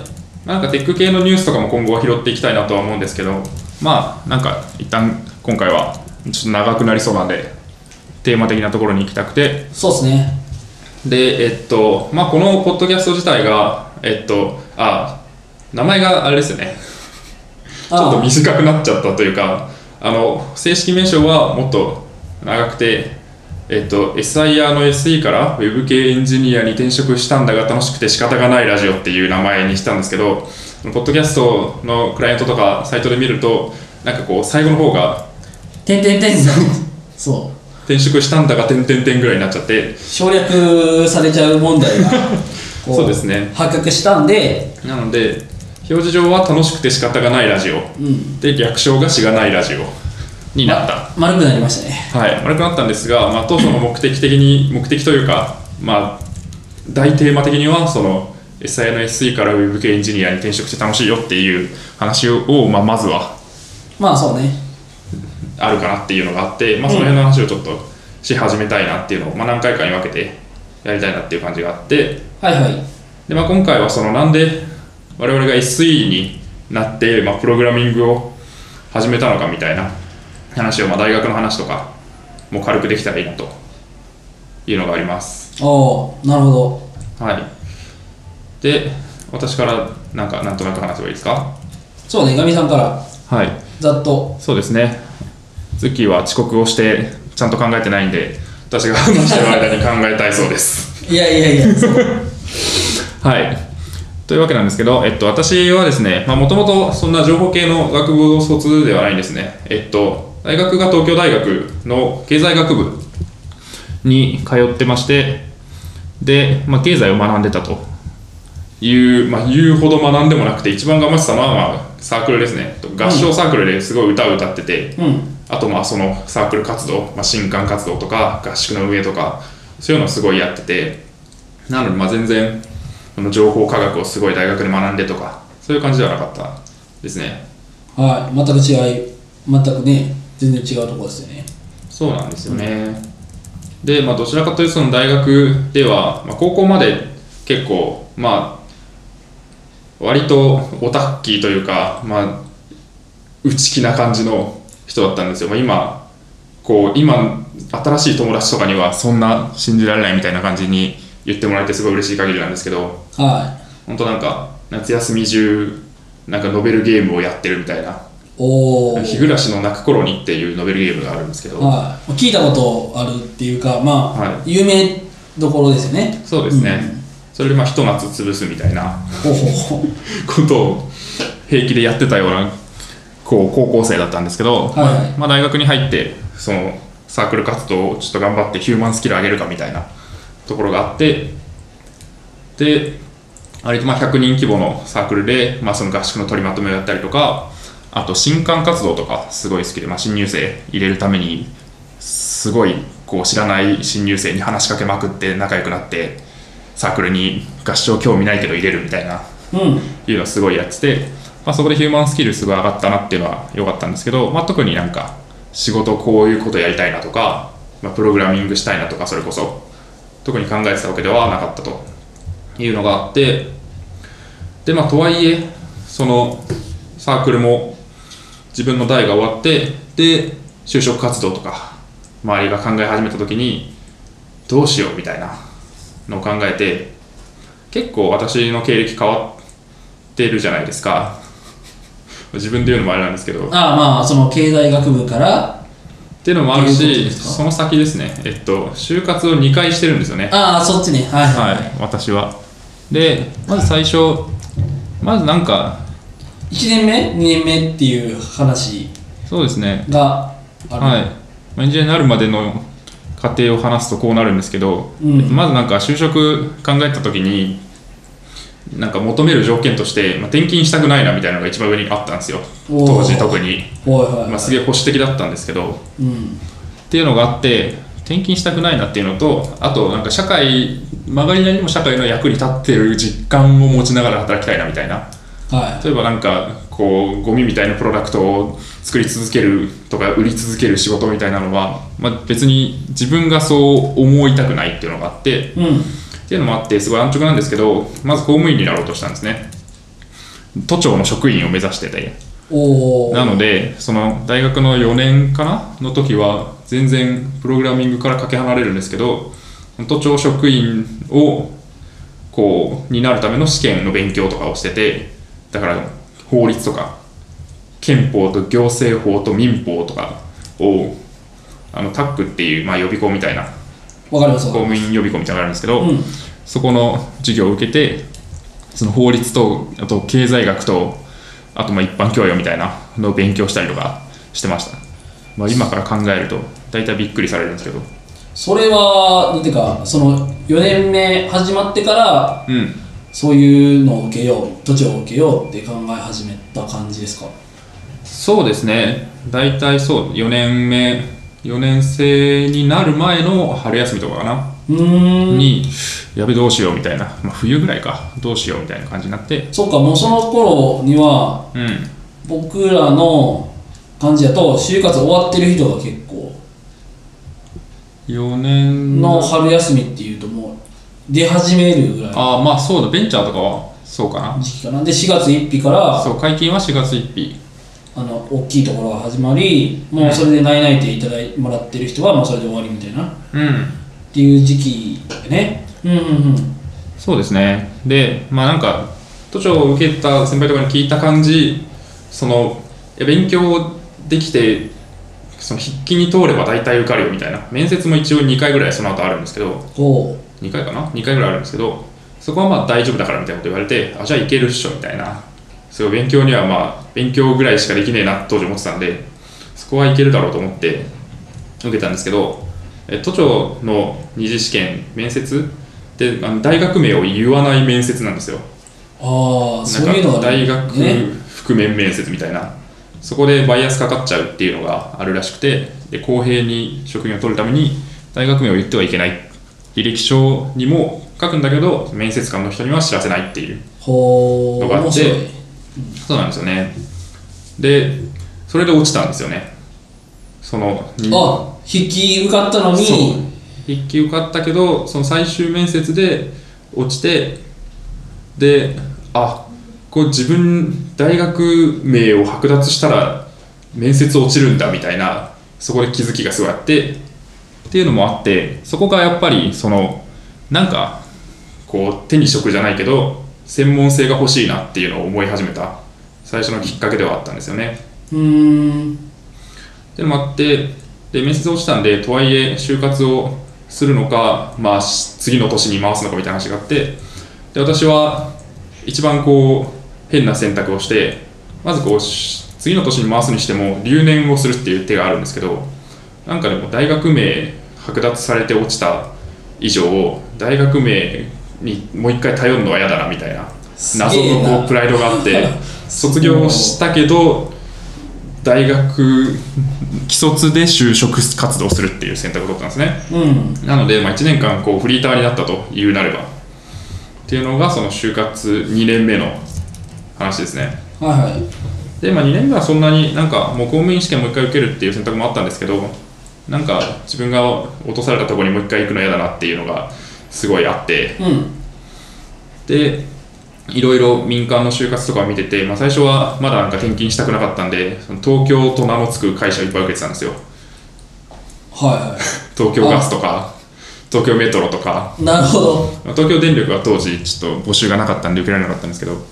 Speaker 2: なんかテック系のニュースとかも今後は拾っていきたいなとは思うんですけど、まあ、なんか一旦今回はちょっと長くなりそうなんで、テーマ的なところに行きたくて、
Speaker 1: そうですね。
Speaker 2: で、えっと、まあ、このポッドキャスト自体が、えっと、あ、名前があれですよね、ちょっと
Speaker 1: あ
Speaker 2: 短くなっちゃったというか、あの正式名称はもっと長くて、えっと、SIR の SE から Web 系エンジニアに転職したんだが楽しくて仕方がないラジオっていう名前にしたんですけど、ポッドキャストのクライアントとかサイトで見ると、なんかこう、最後の方が
Speaker 1: あ、てんてんてん。そう。
Speaker 2: 転職したんだが点々点ぐらいになっちゃって、
Speaker 1: 省略されちゃう問 題が、こ
Speaker 2: そうですね
Speaker 1: 発覚したんで、
Speaker 2: なので、表示上は楽しくて仕方がないラジオ、
Speaker 1: うん
Speaker 2: で、略称がしがないラジオになった。
Speaker 1: 丸くなりましたね。
Speaker 2: はい、悪くなったんですが、まあ、当初の目的的に目的というか、まあ、大テーマ的にはその SI の SE から Web 系エンジニアに転職して楽しいよっていう話を、まあ、まずは
Speaker 1: まあそうね。
Speaker 2: あるかなっていうのがあって、まあ、その辺の話をちょっとし始めたいなっていうのを、まあ、何回かに分けてやりたいなっていう感じがあって
Speaker 1: はいはい。
Speaker 2: で、まあ、今回はそのなんで我々が SE になって、まあ、プログラミングを始めたのかみたいな話を、まあ、大学の話とかも軽くできたらいいなというのがあります。
Speaker 1: おおなるほど。
Speaker 2: はい、で私からなんかなんとなく話せばいいですか
Speaker 1: そうね、ガミさんから、
Speaker 2: はい
Speaker 1: ざっと。
Speaker 2: そうですねズッキーは遅刻をしてちゃんと考えてないんで私が話してる間に考えたいそうです
Speaker 1: いやいやいや、そう。
Speaker 2: はい。というわけなんですけど、えっと、私はですね、もともとそんな情報系の学部を卒ではないんですね。えっと、大学が東京大学の経済学部に通ってまして、で、まあ、経済を学んでたという、まあ、言うほど学んでもなくて、一番頑張ってたのは、まあ、サークルですね。合唱サークルですごい歌を歌ってて、
Speaker 1: うん。
Speaker 2: あとまあそのサークル活動、まあ、新刊活動とか合宿の上とかそういうのをすごいやっててなのでまあ全然あの情報科学をすごい大学で学んでとかそういう感じではなかったですね
Speaker 1: はい。全く違い、全くね、全然違うところですよね。
Speaker 2: そうなんですよね。で、まあ、どちらかというとその大学では、まあ、高校まで結構、まあ、割とオタッキーというか、まあ、内気な感じの人だったんですよ。まあ、今こう今新しい友達とかにはそんな信じられないみたいな感じに言ってもらえてすごい嬉しい限りなんですけど
Speaker 1: はい。
Speaker 2: 本当なんか夏休み中なんかノベルゲームをやってるみたいな
Speaker 1: お
Speaker 2: 「
Speaker 1: お
Speaker 2: 日暮らしの泣く頃に」っていうノベルゲームがあるんですけど、
Speaker 1: はい、聞いたことあるっていうか、まあ、
Speaker 2: は
Speaker 1: 有名どころですよね。
Speaker 2: そうですね、それでまあひと夏潰すみたいな
Speaker 1: ほうほうほう。
Speaker 2: ことを平気でやってたようなこう高校生だったんですけど、
Speaker 1: はいはい
Speaker 2: まあ、大学に入ってそのサークル活動をちょっと頑張ってヒューマンスキル上げるかみたいなところがあってで割とまあ100人規模のサークルで、まあ、その合宿の取りまとめをやったりとかあと新刊活動とかすごい好きで、まあ、新入生入れるためにすごいこう知らない新入生に話しかけまくって仲良くなってサークルに合唱興味ないけど入れるみたいな
Speaker 1: うん。
Speaker 2: いうのをすごいやってて、まあ、そこでヒューマンスキルすごい上がったなっていうのは良かったんですけど、まあ、特になんか仕事こういうことやりたいなとか、まあ、プログラミングしたいなとかそれこそ特に考えてたわけではなかったというのがあってでまあとはいえそのサークルも自分の代が終わってで就職活動とか周りが考え始めた時にどうしようみたいなのを考えて結構私の経歴変わってるじゃないですか自分で言うのもあれなんですけど
Speaker 1: ああ、まあ、その経済学部から、
Speaker 2: っていうのもある
Speaker 1: どういうこと
Speaker 2: し
Speaker 1: ですか
Speaker 2: その先ですねえっと就活を2回してるんですよね
Speaker 1: ああ、そっちね。はいはい。
Speaker 2: はい私はでまず最初まずなんか
Speaker 1: 1年目、2年目っていう話
Speaker 2: そうですね
Speaker 1: がある。
Speaker 2: はい、まあエンジニアになるまでの過過程を話すとこうなるんですけど、
Speaker 1: うん
Speaker 2: えっとまずなんか就職考えた時になんか求める条件として、まあ、転勤したくないなみたいなのが一番上にあったんですよ
Speaker 1: おー
Speaker 2: 当時特に、
Speaker 1: はいはいはい、
Speaker 2: まあ、すげえ保守的だったんですけど
Speaker 1: うん
Speaker 2: っていうのがあって転勤したくないなっていうのとあとなんか社会曲がりなりにも社会の役に立ってる実感を持ちながら働きたいなみたいな
Speaker 1: は
Speaker 2: 例えばなんかこうゴミみたいなプロダクトを作り続けるとか売り続ける仕事みたいなのは、まあ、別に自分がそう思いたくないっていうのがあって
Speaker 1: いうん
Speaker 2: っていうのもあってすごい安直なんですけどまず公務員になろうとしたんですね都庁の職員を目指してて
Speaker 1: おお
Speaker 2: なのでその大学の4年かなの時は全然プログラミングからかけ離れるんですけど都庁職員をこうになるための試験の勉強とかをしててだから法律とか憲法と行政法と民法とかをあのタックっていう、まあ、予備校みたいな
Speaker 1: わかりますわか
Speaker 2: 公
Speaker 1: り
Speaker 2: 務員予備校みたいなのがあるんですけど、
Speaker 1: ますうん
Speaker 2: そこの授業を受けてその法律とあと経済学とあとまあ一般教養みたいなのを勉強したりとかしてました、まあ、今から考えると大体びっくりされるんですけど
Speaker 1: それはなんていうかその4年目始まってから
Speaker 2: うん
Speaker 1: そういうのを受けよう土地を受けようって考え始めた感じですか
Speaker 2: そうですね大体そう4年目4年生になる前の春休みとかかな
Speaker 1: うーん
Speaker 2: にやべどうしようみたいな、まあ、冬ぐらいかどうしようみたいな感じになって
Speaker 1: そっかもうその頃には
Speaker 2: うん
Speaker 1: 僕らの感じだと就活終わってる人が結構
Speaker 2: 4年
Speaker 1: の春休みっていうともう出始めるぐらいの
Speaker 2: ああまあそうだベンチャーとかはそうかな
Speaker 1: 時期かなで4月1日から
Speaker 2: そう解禁は4月1日
Speaker 1: あの大きいところが始まりもうそれで内々ていただいもらってる人はもうそれで終わりみたいなっ
Speaker 2: うん
Speaker 1: ていう時期でねうんうんうん
Speaker 2: そうですねでまあなんか都庁を受けた先輩とかに聞いた感じそのいや勉強できてその筆記に通れば大体受かるよみたいな面接も一応2回ぐらいその後あるんですけど
Speaker 1: こ
Speaker 2: 2回かな2回ぐらいあるんですけどそこはまあ大丈夫だからみたいなこと言われてあじゃあいけるっしょみたいなすごい勉強にはまあ勉強ぐらいしかできねえな当時思ってたんでそこはいけるだろうと思って受けたんですけどえ都庁の二次試験面接であの大学名を言わない面接なんですよ
Speaker 1: うああそう
Speaker 2: ないん
Speaker 1: うの
Speaker 2: か
Speaker 1: がある
Speaker 2: 大
Speaker 1: んだ
Speaker 2: 学
Speaker 1: ね
Speaker 2: 覆面面接みたいなそこでバイアスかかっちゃうっていうのがあるらしくてで公平に職員を取るために大学名を言ってはいけない履歴書にも書くんだけど面接官の人には知らせないっていう
Speaker 1: ほう
Speaker 2: のがあって
Speaker 1: 面白い
Speaker 2: そうなんですよねでそれで落ちたんですよねその
Speaker 1: あ引き受かったの
Speaker 2: そう
Speaker 1: に
Speaker 2: 筆記受かったけどその最終面接で落ちてであこう自分大学名を剥奪したら面接落ちるんだみたいなそこで気づきがすごいあってっていうのもあってそこがやっぱりそのなんかこう手に職じゃないけど専門性が欲しいなっていうのを思い始めた最初のきっかけではあったんですよね。
Speaker 1: うーん
Speaker 2: でもあってで面接落ちたんでとはいえ就活をするのか、まあ、し次の年に回すのかみたいな話があってで私は一番こう変な選択をしてまずこうし次の年に回すにしても留年をするっていう手があるんですけどなんかでも大学名剥奪されて落ちた以上大学名にもう一回頼るのは嫌だなみたいな
Speaker 1: す
Speaker 2: 謎
Speaker 1: げえ
Speaker 2: の
Speaker 1: な
Speaker 2: こうプライドがあって卒業したけど大学既卒で就職活動するっていう選択を取ったんですね
Speaker 1: うん
Speaker 2: なので、まあ、1年間こうフリーターになったというなればっていうのがその就活2年目の話ですね
Speaker 1: はいはい
Speaker 2: で、まあ、2年目はそんなになんかもう公務員試験もう一回受けるっていう選択もあったんですけどなんか自分が落とされたところにもう一回行くの嫌だなっていうのがすごいあって
Speaker 1: うん
Speaker 2: でいろいろ民間の就活とかを見てて、まあ、最初はまだなんか転勤したくなかったんでその東京と名の付く会社をいっぱい受けてたんですよ
Speaker 1: は
Speaker 2: 東京ガスとか東京メトロとか
Speaker 1: いはいなるほど
Speaker 2: まあ東京電力は当時ちょっと募集がなかったんで受けられなかったんですけど
Speaker 1: うんうん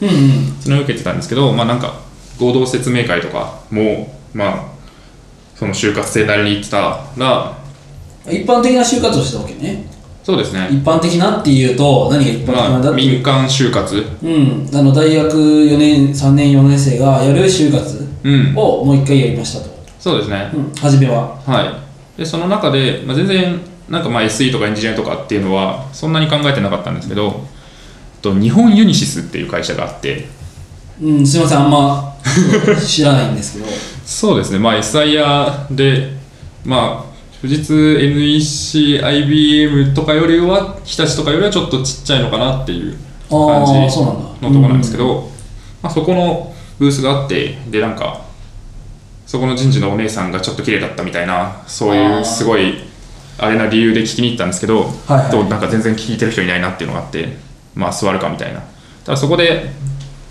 Speaker 2: それを受けてたんですけどまあなんか合同説明会とかもまあその就活生なりに行ってたら
Speaker 1: 一般的な就活をしたわけね
Speaker 2: そうですね
Speaker 1: 一般的なっていうと何が一般的
Speaker 2: ま
Speaker 1: なんだ
Speaker 2: あ
Speaker 1: っていう
Speaker 2: 民間就活
Speaker 1: うん、あの大学4年3年4年生がやる就活
Speaker 2: うん
Speaker 1: をもう一回やりましたと、
Speaker 2: そうですね
Speaker 1: うん、初めは
Speaker 2: はい、でその中で、まあ、全然なんかまあ SE とかエンジニアとかっていうのはそんなに考えてなかったんですけどと日本ユニシスっていう会社があって
Speaker 1: うん、すいません、あんま知らないんですけど。
Speaker 2: そうですねまあ SIR でまあ富士通 NECIBM とかよりは日立とかよりはちょっとちっちゃいのかなっていう感じ
Speaker 1: ああ、
Speaker 2: の
Speaker 1: そうなんだ。
Speaker 2: とこなんですけど、まあ、そこのブースがあってでなんかそこの人事のお姉さんがちょっと綺麗だったみたいなそうい
Speaker 1: あー
Speaker 2: うすごいあれな理由で聞きに行ったんですけ
Speaker 1: い
Speaker 2: ど、
Speaker 1: はい
Speaker 2: となんか全然聞いてる人いないなっていうのがあってまあ座るかみたいなただそこで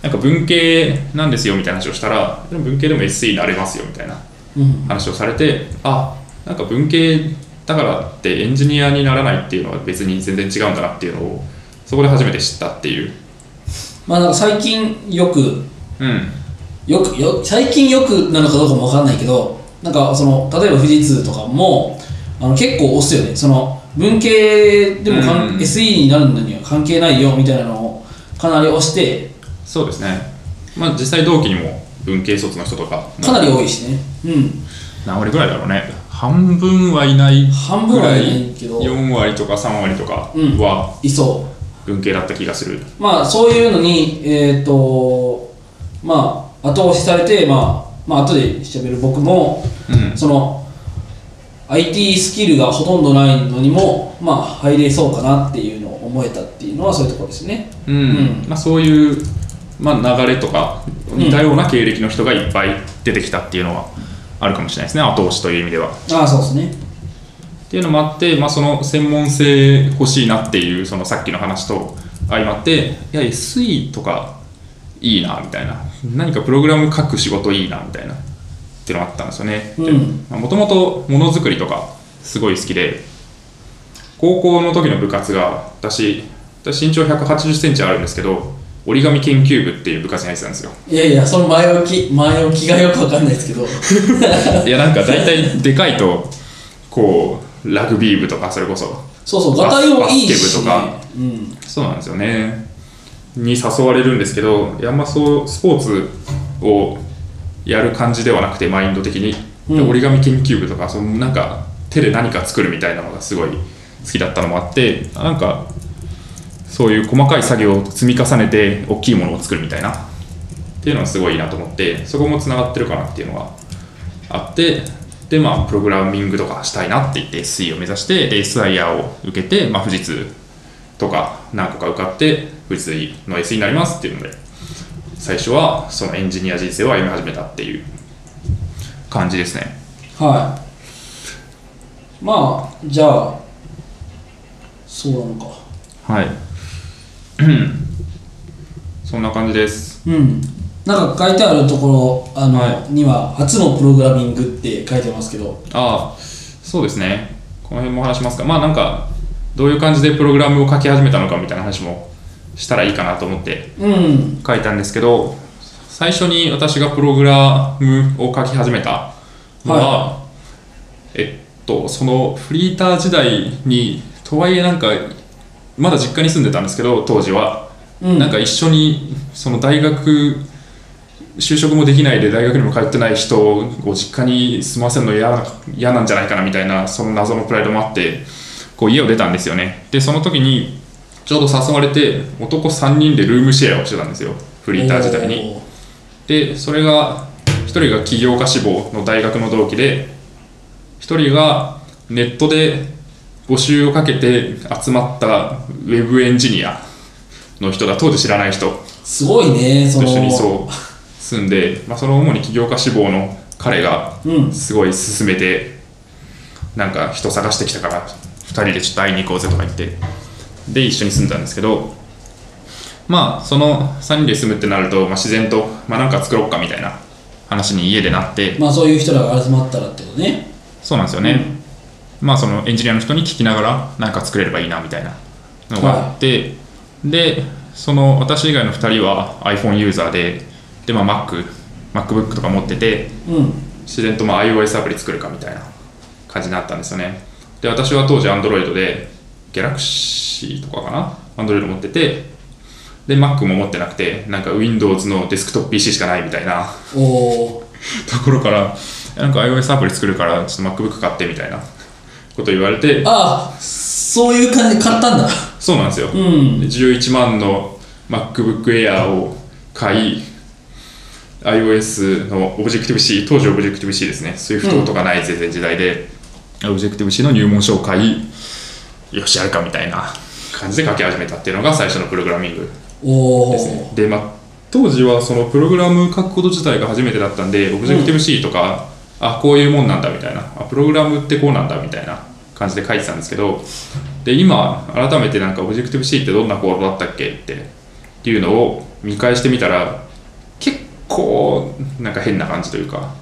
Speaker 2: なんか文系なんですよみたいな話をしたらでも文系でも SE になれますよみたいな
Speaker 1: うん。うん
Speaker 2: 話をされてあなんか文系だからってエンジニアにならないっていうのは別に全然違うんだなっていうのをそこで初めて知ったっていう
Speaker 1: まあ、なんか最近よく、
Speaker 2: うん
Speaker 1: よくよ、最近よくなのかどうかもわかんないけど、なんかその、例えば富士通とかも、あの結構押すよね。その、文系でもかん、
Speaker 2: うん
Speaker 1: SE になるのには関係ないよみたいなのをかなり押して、
Speaker 2: そうですね、まあ、実際同期にも文系卒の人とか
Speaker 1: かなり多いしね。うん。
Speaker 2: 何割ぐらいだろうね半分はいない
Speaker 1: 半分はいないけど
Speaker 2: ぐらい4割とか3割とか
Speaker 1: うん
Speaker 2: はい
Speaker 1: そう。
Speaker 2: 文系だった気がする、
Speaker 1: まあそういうのに、えーとまあ、後押しされて、まあまあ後でしゃべる僕も
Speaker 2: うん
Speaker 1: その IT スキルがほとんどないのにも、まあ、入れそうかなっていうのを思えたっていうのはそういうところですね。
Speaker 2: うん
Speaker 1: うん
Speaker 2: まあ、そういう、まあ、流れとか似たような経歴の人がいっぱい出てきたっていうのはあるかもしれないですね後押しという意味では。
Speaker 1: ああそうですね。
Speaker 2: っていうのもあって、まあ、その専門性欲しいなっていうそのさっきの話と相まっていや SE とかいいなみたいな何かプログラム書く仕事いいなみたいなっていうのがあったんですよね
Speaker 1: うん
Speaker 2: もともとものづくりとかすごい好きで高校の時の部活が私私身長1 8 0センチあるんですけど折り紙研究部っていう部活に入ってたんですよ
Speaker 1: いやいやその前置き前置きがよくわかんないです けど
Speaker 2: いやなんか大体でかいとこうラグビー部とかそれこそ
Speaker 1: そうそうガタイもいいし、ね、
Speaker 2: バ
Speaker 1: うん、
Speaker 2: そうなんですよね。に誘われるんですけど、いやあんまそうスポーツをやる感じではなくて、マインド的に。で
Speaker 1: うん
Speaker 2: 折り紙研究部とか、そのなんか手で何か作るみたいなのがすごい好きだったのもあって、あなんかそういう細かい作業を積み重ねて、大きいものを作るみたいなっていうのはすごいいいなと思って、そこもつながってるかなっていうのがあって、でまあ、プログラミングとかしたいなって言って SE を目指して SIR を受けて、まあ、富士通とか何個か受かって富士通の SE になりますっていうので最初はそのエンジニア人生を歩み始めたっていう感じですね
Speaker 1: はいまあじゃあそうなのか
Speaker 2: はい そんな感じです
Speaker 1: うん、なんか書いてあるところあの、
Speaker 2: は
Speaker 1: には「初のプログラミング」って書いてますけど
Speaker 2: ああそうですねこの辺も話しますかまあなんかどういう感じでプログラムを書き始めたのかみたいな話もしたらいいかなと思って
Speaker 1: うん
Speaker 2: 書いたんですけど最初に私がプログラムを書き始めたのは、えっとそのフリーター時代にとはいえなんかまだ実家に住んでたんですけど当時は、
Speaker 1: うん
Speaker 2: なんか一緒にその大学就職もできないで大学にも通ってない人を実家に住ませるの嫌な嫌なんじゃないかなみたいなその謎のプライドもあってこう家を出たんですよねでその時にちょうど誘われて男3人でルームシェアをしてたんですよフ
Speaker 1: フ
Speaker 2: リーター時代にでそれが1人が起業家志望の大学の同期で1人がネットで募集をかけて集まったウェブエンジニアの人だ当時知らない人
Speaker 1: すごいねそ
Speaker 2: と
Speaker 1: の
Speaker 2: 一緒にそう住んで、まあ、その主に起業家志望の彼が
Speaker 1: うん
Speaker 2: すごい勧めてなんか人探してきたから2人でちょっと会いに行こうぜとか言ってで一緒に住んだんですけどまあその3人で住むってなると、まあ、自然と、まあ、なんか作ろうかみたいな話に家でなって
Speaker 1: まあそういう人らが集まったらってことね
Speaker 2: そうなんですよね、まあそのエンジニアの人に聞きながら何か作れればいいなみたいなのがあって、でその私以外の2人は iPhone ユーザーでで、まあ、Mac MacBook とか持ってて
Speaker 1: うん
Speaker 2: 自然とまあ iOS アプリ作るかみたいな感じになったんですよねで私は当時 Android で Galaxy とかかな Android 持っててで Mac も持ってなくてなんか Windows のデスクトップ PC しかないみたいな
Speaker 1: おおー
Speaker 2: ところからなんか iOS アプリ作るからちょっと MacBook 買ってみたいなこと言われて
Speaker 1: ああそういう感じで買ったんだ
Speaker 2: そうなんですよ、
Speaker 1: うん
Speaker 2: で11万の MacBook Air を買い iOS の Objective-C 当時 Objective-C ですね Swift とかない全然時代で、Objective-C の入門書を買いよしやるかみたいな感じで書き始めたっていうのが最初のプログラミング
Speaker 1: おお、
Speaker 2: ですねでまあ当時はそのプログラム書くこと自体が初めてだったんで Objective-C とか、あこういうもんなんだみたいなあプログラムってこうなんだみたいな感じで書いてたんですけどで今改めてなんか Objective-C ってどんなコードだったっけってっていうのを見返してみたら結構なんか変な感じというか、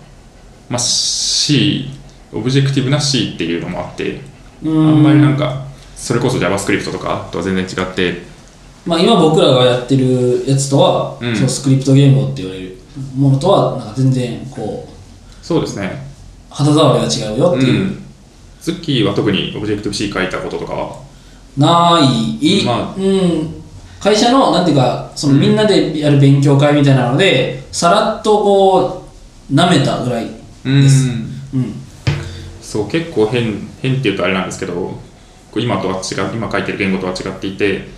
Speaker 2: まあ、C オブジェクティブな C っていうのもあって
Speaker 1: う
Speaker 2: あ
Speaker 1: ん
Speaker 2: んまりなんかそれこそ JavaScript とかとは全然違って
Speaker 1: まあ、今僕らがやってるやつとは、
Speaker 2: うん
Speaker 1: そのスクリプト言語って言われるものとはなんか全然こう
Speaker 2: そうですね
Speaker 1: 肌触りが違うよっていう、
Speaker 2: ん、ズッキーは特にオブジェクティブ C 書いたこととかは
Speaker 1: ない、
Speaker 2: まあ
Speaker 1: うん、会社のなんていうかそのみんなでやる勉強会みたいなので、さらっとこう舐めたぐらいです、うん
Speaker 2: そう結構変変っていうとあれなんですけどこう今とは違う今書いてる言語とは違っていて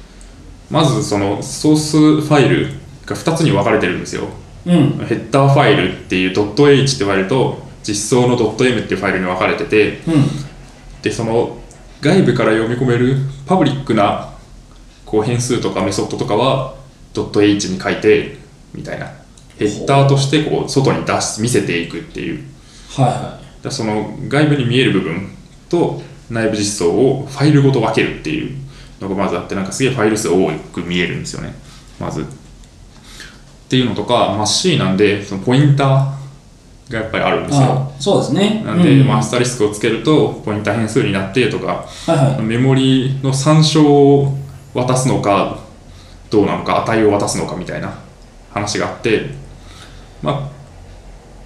Speaker 2: まずそのソースファイルが2つに分かれてるんですよ
Speaker 1: うん
Speaker 2: ヘッダーファイルっていう .h って割ると実装の .m っていうファイルに分かれてて
Speaker 1: うん
Speaker 2: でその外部から読み込めるパブリックなこう変数とかメソッドとかは .h に書いてみたいなヘッダーとしてこう外に出し見せていくっていう
Speaker 1: はいは
Speaker 2: だからその外部に見える部分と内部実装をファイルごと分けるっていうのがまずあってなんかすげえファイル数多く見えるんですよねまずっていうのとか、まあ、C なんでそのポインターがやっぱりあるん
Speaker 1: い
Speaker 2: ですよ
Speaker 1: あそうですね
Speaker 2: なんで、
Speaker 1: うん
Speaker 2: まあ、アスタリスクをつけるとポインター変数になってとか
Speaker 1: はいはい
Speaker 2: メモリの参照を渡すのかどうなのか値を渡すのかみたいな話があって、まあ、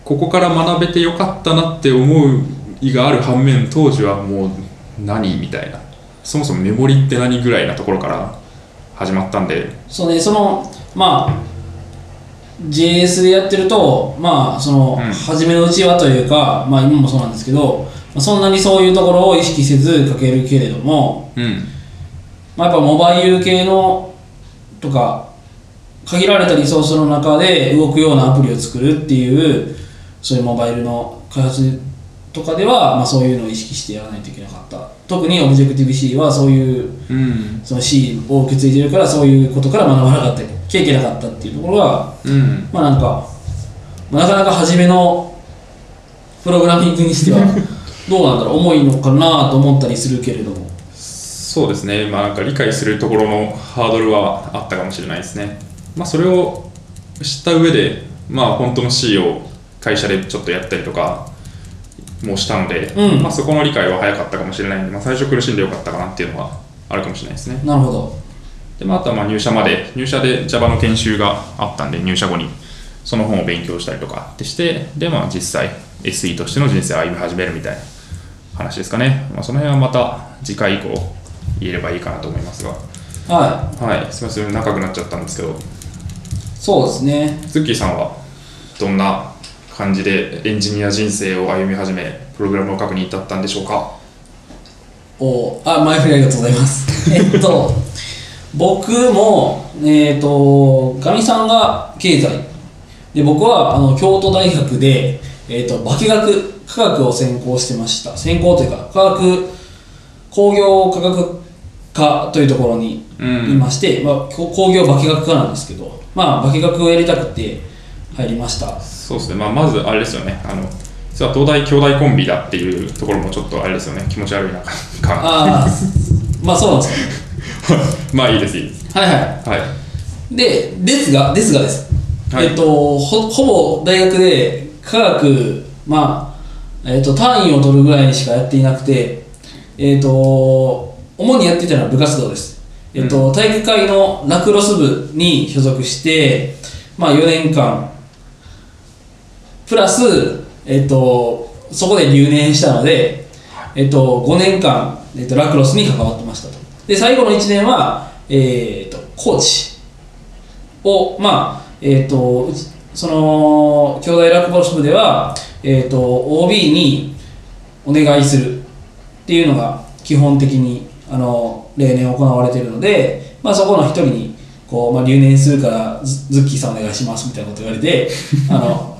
Speaker 2: ここから学べてよかったなって思う意がある反面当時はもう何みたいなそもそもメモリって何ぐらいなところから始まったんで
Speaker 1: そうねそのまあ JS でやってるとまあその、
Speaker 2: うん
Speaker 1: 初めのうちはというかまあ今もそうなんですけどまあそんなにそういうところを意識せず書けるけれども、
Speaker 2: うん
Speaker 1: まあ、やっぱモバイル系のとか限られたリソースの中で動くようなアプリを作るっていうそういうモバイルの開発とかでは、まあ、そういうのを意識してやらないといけなかった特に Objective-C はそういう
Speaker 2: うん
Speaker 1: その C を受け継いでるからそういうことから学ばなかったきゃいけなかったっていうところが
Speaker 2: うん
Speaker 1: まあなんか、まあ、なかなか初めのプログラミングにして はどうなんだろう重いのかなと思ったりするけれども
Speaker 2: そうですねまあなんか理解するところのハードルはあったかもしれないですねまあそれを知った上でまあ本当の C を会社でちょっとやったりとかもしたので、
Speaker 1: うん
Speaker 2: まあそこの理解は早かったかもしれないんで、まあ、最初苦しんでよかったかなっていうのはあるかもしれないですね
Speaker 1: なるほど
Speaker 2: で、まあ、あとはまあ入社まで入社で Java の研修があったんで入社後にその本を勉強したりとかってしてでまあ実際 SE としての人生を歩み始めるみたいな話ですかね、まあ、その辺はまた次回以降言えればいいかなと思いますが
Speaker 1: はい
Speaker 2: はいすみません長くなっちゃったんですけど
Speaker 1: そうですね
Speaker 2: ズッキーさんはどんな感じでエンジニア人生を歩み始めプログラムを書くに至ったんでしょうか
Speaker 1: おあ前振りありがとうございます えっと僕もえっ、とかみさんが経済で僕はあの京都大学で、えっと化学科学を専攻してました専攻というか科学工業科学科というところに
Speaker 2: うん
Speaker 1: いまして、まあ、こ工業化学科なんですけど、まあ、化学をやりたくて入りました
Speaker 2: そうですね、まあ、まずあれですよね、あの実は東大兄弟コンビだっていうところもちょっとあれですよね、気持ち悪いな感
Speaker 1: ああまあそうなんですよね
Speaker 2: まあいいです、いいです。
Speaker 1: はいはい
Speaker 2: はい、
Speaker 1: で、ですが、ですがです。
Speaker 2: はい
Speaker 1: えっと、ほほぼ大学で科学、まあ、えっと、単位を取るぐらいにしかやっていなくて、えっと、主にやっていたのは部活動です。えっと、体育会のラクロス部に所属して、まあ、4年間、プラス、えっと、そこで留年したので、えっと、5年間、えっと、ラクロスに関わってましたと。で、最後の1年は、えっと、コーチ。を、まあえー、とうちその兄弟落語部では、えー、と OB にお願いするっていうのが基本的にあの例年行われているので、まあ、そこの一人にこう、まあ、留年するからズズッキーさんお願いしますみたいなこと言われて あの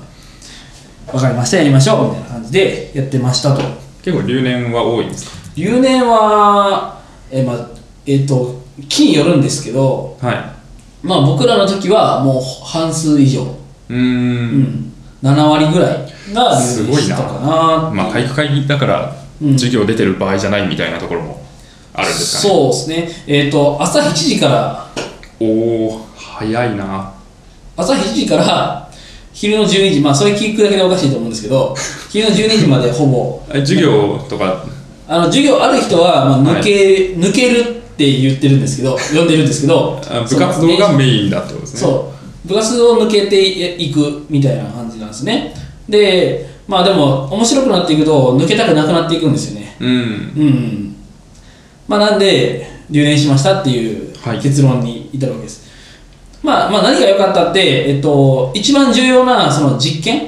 Speaker 1: 分かりましたやりましょうみたいな感じでやってましたと
Speaker 2: 結構留年は多いんです
Speaker 1: 留年はえまあえっ、と期によるんですけど、
Speaker 2: かはい
Speaker 1: まあ、僕らの時はもう半数以上、
Speaker 2: うー
Speaker 1: うんん、7割ぐらいが留
Speaker 2: す
Speaker 1: 年
Speaker 2: ごい
Speaker 1: し
Speaker 2: な
Speaker 1: たかな
Speaker 2: まあ、体育会だから
Speaker 1: うん
Speaker 2: 授業出てる場合じゃないみたいなところもあるんですかね、
Speaker 1: そうですねえっ、と朝7時から
Speaker 2: おお早いな
Speaker 1: 朝7時から昼の12時まあそれ聞くだけでおかしいと思うんですけ ど昼の12時までほぼ
Speaker 2: え授業とか
Speaker 1: あの授業ある人は、まあ、抜け、抜けるって言ってるんですけど呼んでるんですけど
Speaker 2: あ部活動がメインだってことですね
Speaker 1: そう部活を抜けていくみたいな感じなんですねでまあでも面白くなっていくと抜けたくなくなっていくんですよね
Speaker 2: うん
Speaker 1: うんまあなんで留年しましたっていう
Speaker 2: はい
Speaker 1: 結論に至るわけです、まあまあ何が良かったって、えっと、一番重要なその実験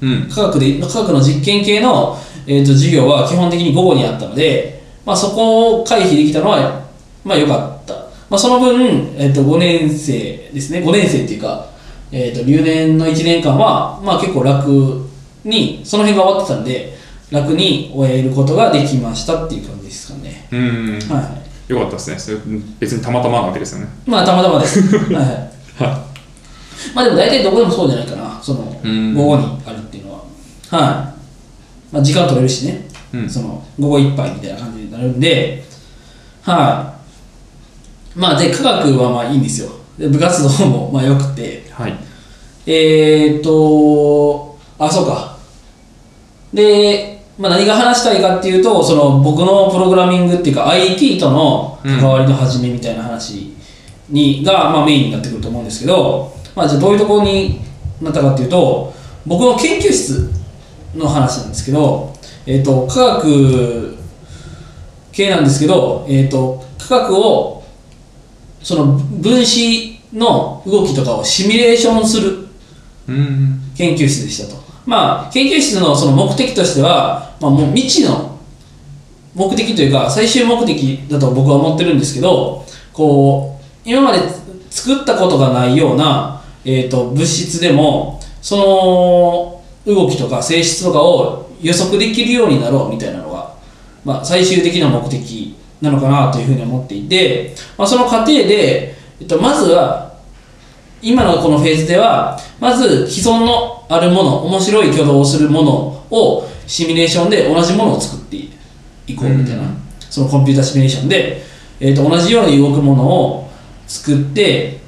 Speaker 2: うん
Speaker 1: 科学で科学の実験系の、えー、と授業は基本的に午後にあったので、まあ、そこを回避できたのはまあ良かった、まあ、その分、えー、と5年生ですね5年生っていうか、えー、と留年の1年間は、まあ、結構楽にその辺が終わってたんで楽に終えることができましたっていう感じですかね、
Speaker 2: うん
Speaker 1: はいはい
Speaker 2: よかったですねそれ別にたまたまなわけですよね
Speaker 1: まあたまたまですはい、はい、
Speaker 2: は
Speaker 1: まあでも大体どこでもそうじゃないかなその
Speaker 2: うん
Speaker 1: 午後にあるっていうのははい、まあ、時間取れるしね
Speaker 2: い、うん、
Speaker 1: その午後一杯みたいな感じになるんで、はい、まあで科学はまあいいんですよ。で部活動もまあ良くて、
Speaker 2: はい
Speaker 1: えーっと、あそうか。で、まあ何が話したいかっていうと、その僕のプログラミングっていうか IT との関わりの始めみたいな話に、がまあメインになってくると思うんですけど、まあじゃあどういうところになったかっていうと、僕の研究室の話なんですけど、えーっと科学系なんですけど、えーっと科学をその分子の動きとかをシミュレーションする
Speaker 2: うん
Speaker 1: 研究室でしたと。まあ、研究室のその目的としては、まあ、もう未知の目的というか、最終目的だと僕は思ってるんですけど、こう、今まで作ったことがないような、えー、と物質でも、その動きとか性質とかを予測できるようになろうみたいなのが、まあ、最終的な目的なのかなというふうに思っていて、まあ、その過程で、えっと、まずは今のこのフェーズではまず既存のあるもの面白い挙動をするものをシミュレーションで同じものを作っていこうみたいな、
Speaker 2: うん
Speaker 1: そのコンピュータシミュレーションで、えー、と同じように動くものを作って